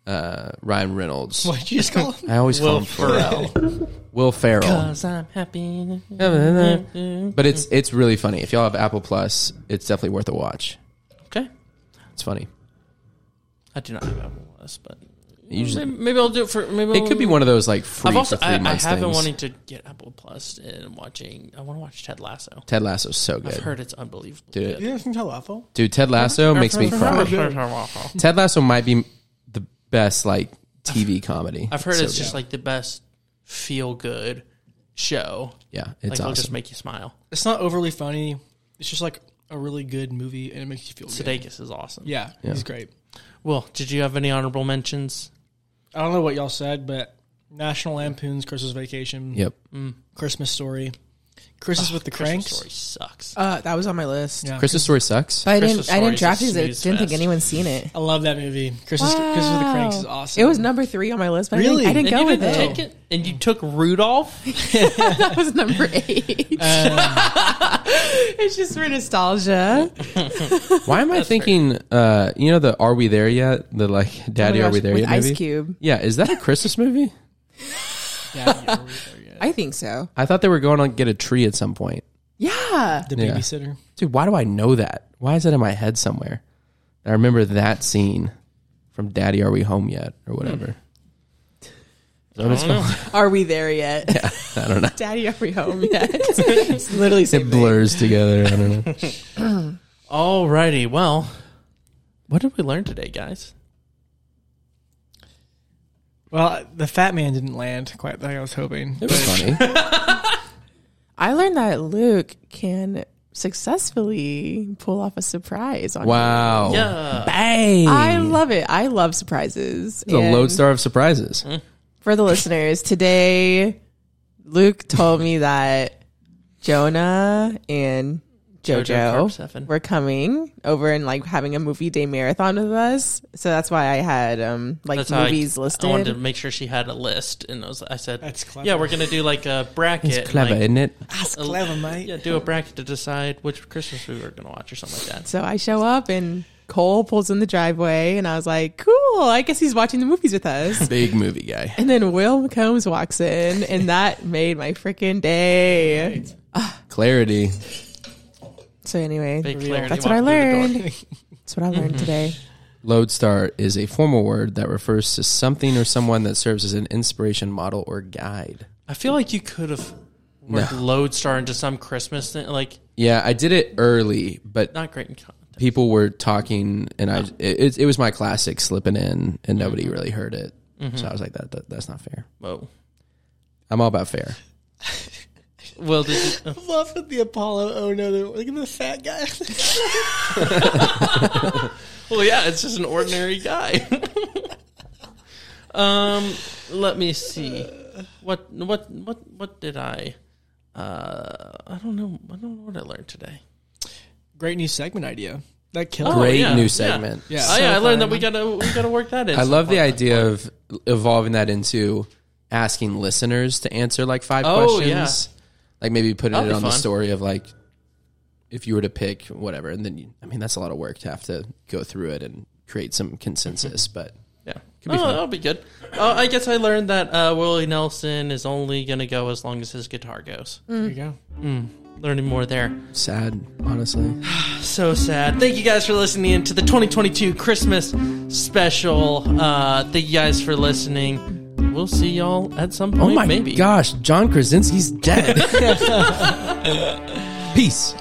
D: uh, Ryan Reynolds.
C: What'd you just call him?
D: I always call
B: Will
D: him Ferrell. Will Ferrell.
B: Cause I'm happy. Mm-hmm.
D: But it's it's really funny. If y'all have Apple Plus, it's definitely worth a watch.
B: Okay.
D: It's funny.
B: I do not have Apple Plus, but
D: Usually-
B: maybe, maybe I'll do it for maybe.
D: It could be one of those like free
B: I've also
D: for three
B: I, I
D: months
B: have been
D: things.
B: wanting to get Apple Plus and watching. I want to watch Ted Lasso.
D: Ted Lasso's so
B: I've
D: good,
B: heard it's unbelievable.
D: Dude,
C: You guys can tell awful.
D: dude. Ted Lasso makes me cry. Ted Lasso might be the best like TV comedy.
B: I've heard
D: So
B: it's just
D: good.
B: like the best feel good show.
D: yeah,
B: Like
D: it's
B: it'll just
D: awesome.
B: make you smile.
C: It's not overly funny. It's just like a really good movie, and it makes you feel good.
B: Sudeikis is awesome.
C: Yeah, he's great.
B: Well, did you have any honorable mentions?
C: I don't know what y'all said, but National Lampoon's Christmas Vacation,
D: yep.
C: Christmas Story, Christmas with the
B: Ah, Christmas
C: Cranks.
B: Story sucks.
E: Uh, that was on my list.
C: Yeah.
D: Christmas Story sucks.
E: But I
B: Christmas
E: didn't. I didn't
B: Story's
E: draft
B: a
E: it. 'cause I
B: snooze
E: didn't think
B: fest.
E: anyone's seen it.
C: I love that movie. Christmas, Christmas with the Cranks is
E: Wow.
C: awesome.
E: It was number three on my list, but
C: Really?
E: I didn't,
B: and
E: I didn't go
B: you
E: with
B: didn't
E: it.
B: take it, and you took Rudolph.
E: That was number eight.
D: Um,
E: it's just for nostalgia.
D: Why am I thinking? Uh, you know the Are We There Yet? The like Daddy
E: Oh my
D: Are We
E: gosh,
D: There
E: with
D: Yet
E: Ice
D: movie?
E: Cube.
D: Yeah, is that a Christmas movie?
C: yeah,
E: I think so.
D: I thought they were going to get a tree at some point.
E: Yeah.
C: the
D: Yeah.
C: babysitter.
D: Dude, why do I know that? Why is that in my head somewhere? I remember that scene from Daddy Are We Home Yet or whatever. So it's-
E: Are we there yet?
D: I don't know.
E: Daddy, are we home yet? it's Hmm. literally same
D: It blurs together. I don't know.
B: Alrighty, well, what did we learn today, guys?
C: Well, the Fat Man didn't land quite like I was hoping.
D: It was funny.
E: I learned that Luke can successfully pull off a surprise on
D: Wow.
B: Yeah,
D: Bang.
E: you. I love it. I love surprises.
D: it's a
E: And
D: lodestar of surprises.
E: Mm-hmm. For the listeners, today Luke told me that Jonah and
B: Jojo
E: JoJo
B: Karpseven.
E: were coming over and like having a movie day marathon with us. So that's why I had um like
B: that's how
E: movies
B: I,
E: listed.
B: I wanted to make sure she had a list, and I, was, I said,
C: That's clever.
B: "Yeah, we're gonna do like a bracket.
D: It's clever,
B: like,
D: isn't it?
C: That's
B: a-
C: clever, mate.
B: Yeah, do a bracket to decide which Christmas movie we're gonna watch or something like that."
E: So I show up and Cole pulls in the driveway and I was like, cool, I guess he's watching the movies with us.
D: Big movie guy.
E: And then Will McCombs walks in and that made my freaking day.
D: Clarity.
E: So anyway,
B: Big clarity
E: that's what I
B: walked through the door.
E: learned. That's what I learned today.
D: Lodestar is a formal word that refers to something or someone that serves as an inspiration, model, or guide.
B: I feel like you could have worked Lodestar into some Christmas thing. Like,
D: Yeah, I did it early, but
B: not great in content.
D: people were talking and I it, it was my classic slipping in and nobody
B: Mm-hmm.
D: really heard it. So I was like that, that that's not fair.
B: Whoa.
D: I'm all about fair.
B: Well, did you,
C: I love that the Apollo. Oh no, the- look at the fat guy.
B: well, yeah, it's just an ordinary guy. um, let me see. What what what what did I? Uh, I don't know. I don't know what I learned today.
C: Great new segment idea. That killed.
B: Oh,
C: it.
D: Great
B: yeah,
D: new
B: yeah.
D: segment.
C: Yeah.
B: oh,
C: So
B: yeah, I learned that
C: fun.
B: we gotta we gotta work that in.
D: I love the
B: sometime.
D: idea of evolving that into asking listeners to answer like five
B: Oh,
D: questions. Like maybe putting
B: That'd
D: it
B: be
D: on the
B: fun.
D: story of like if you were to pick whatever and then you, I mean that's a lot of work to have to go through it and create some consensus,
B: Mm-hmm.
D: but
B: Yeah,
D: be
B: oh,
D: fun.
B: that'll be good. Uh, I guess I learned that uh, Willie Nelson is only gonna go as long as his guitar goes.
C: There you go.
B: learning more there.
D: Sad, honestly.
B: so sad. Thank you guys for listening in to the 2022 Christmas special. Uh, thank you guys for listening. We'll see y'all at some point.
D: Oh my
B: maybe.
D: gosh, John Krasinski's dead. Peace.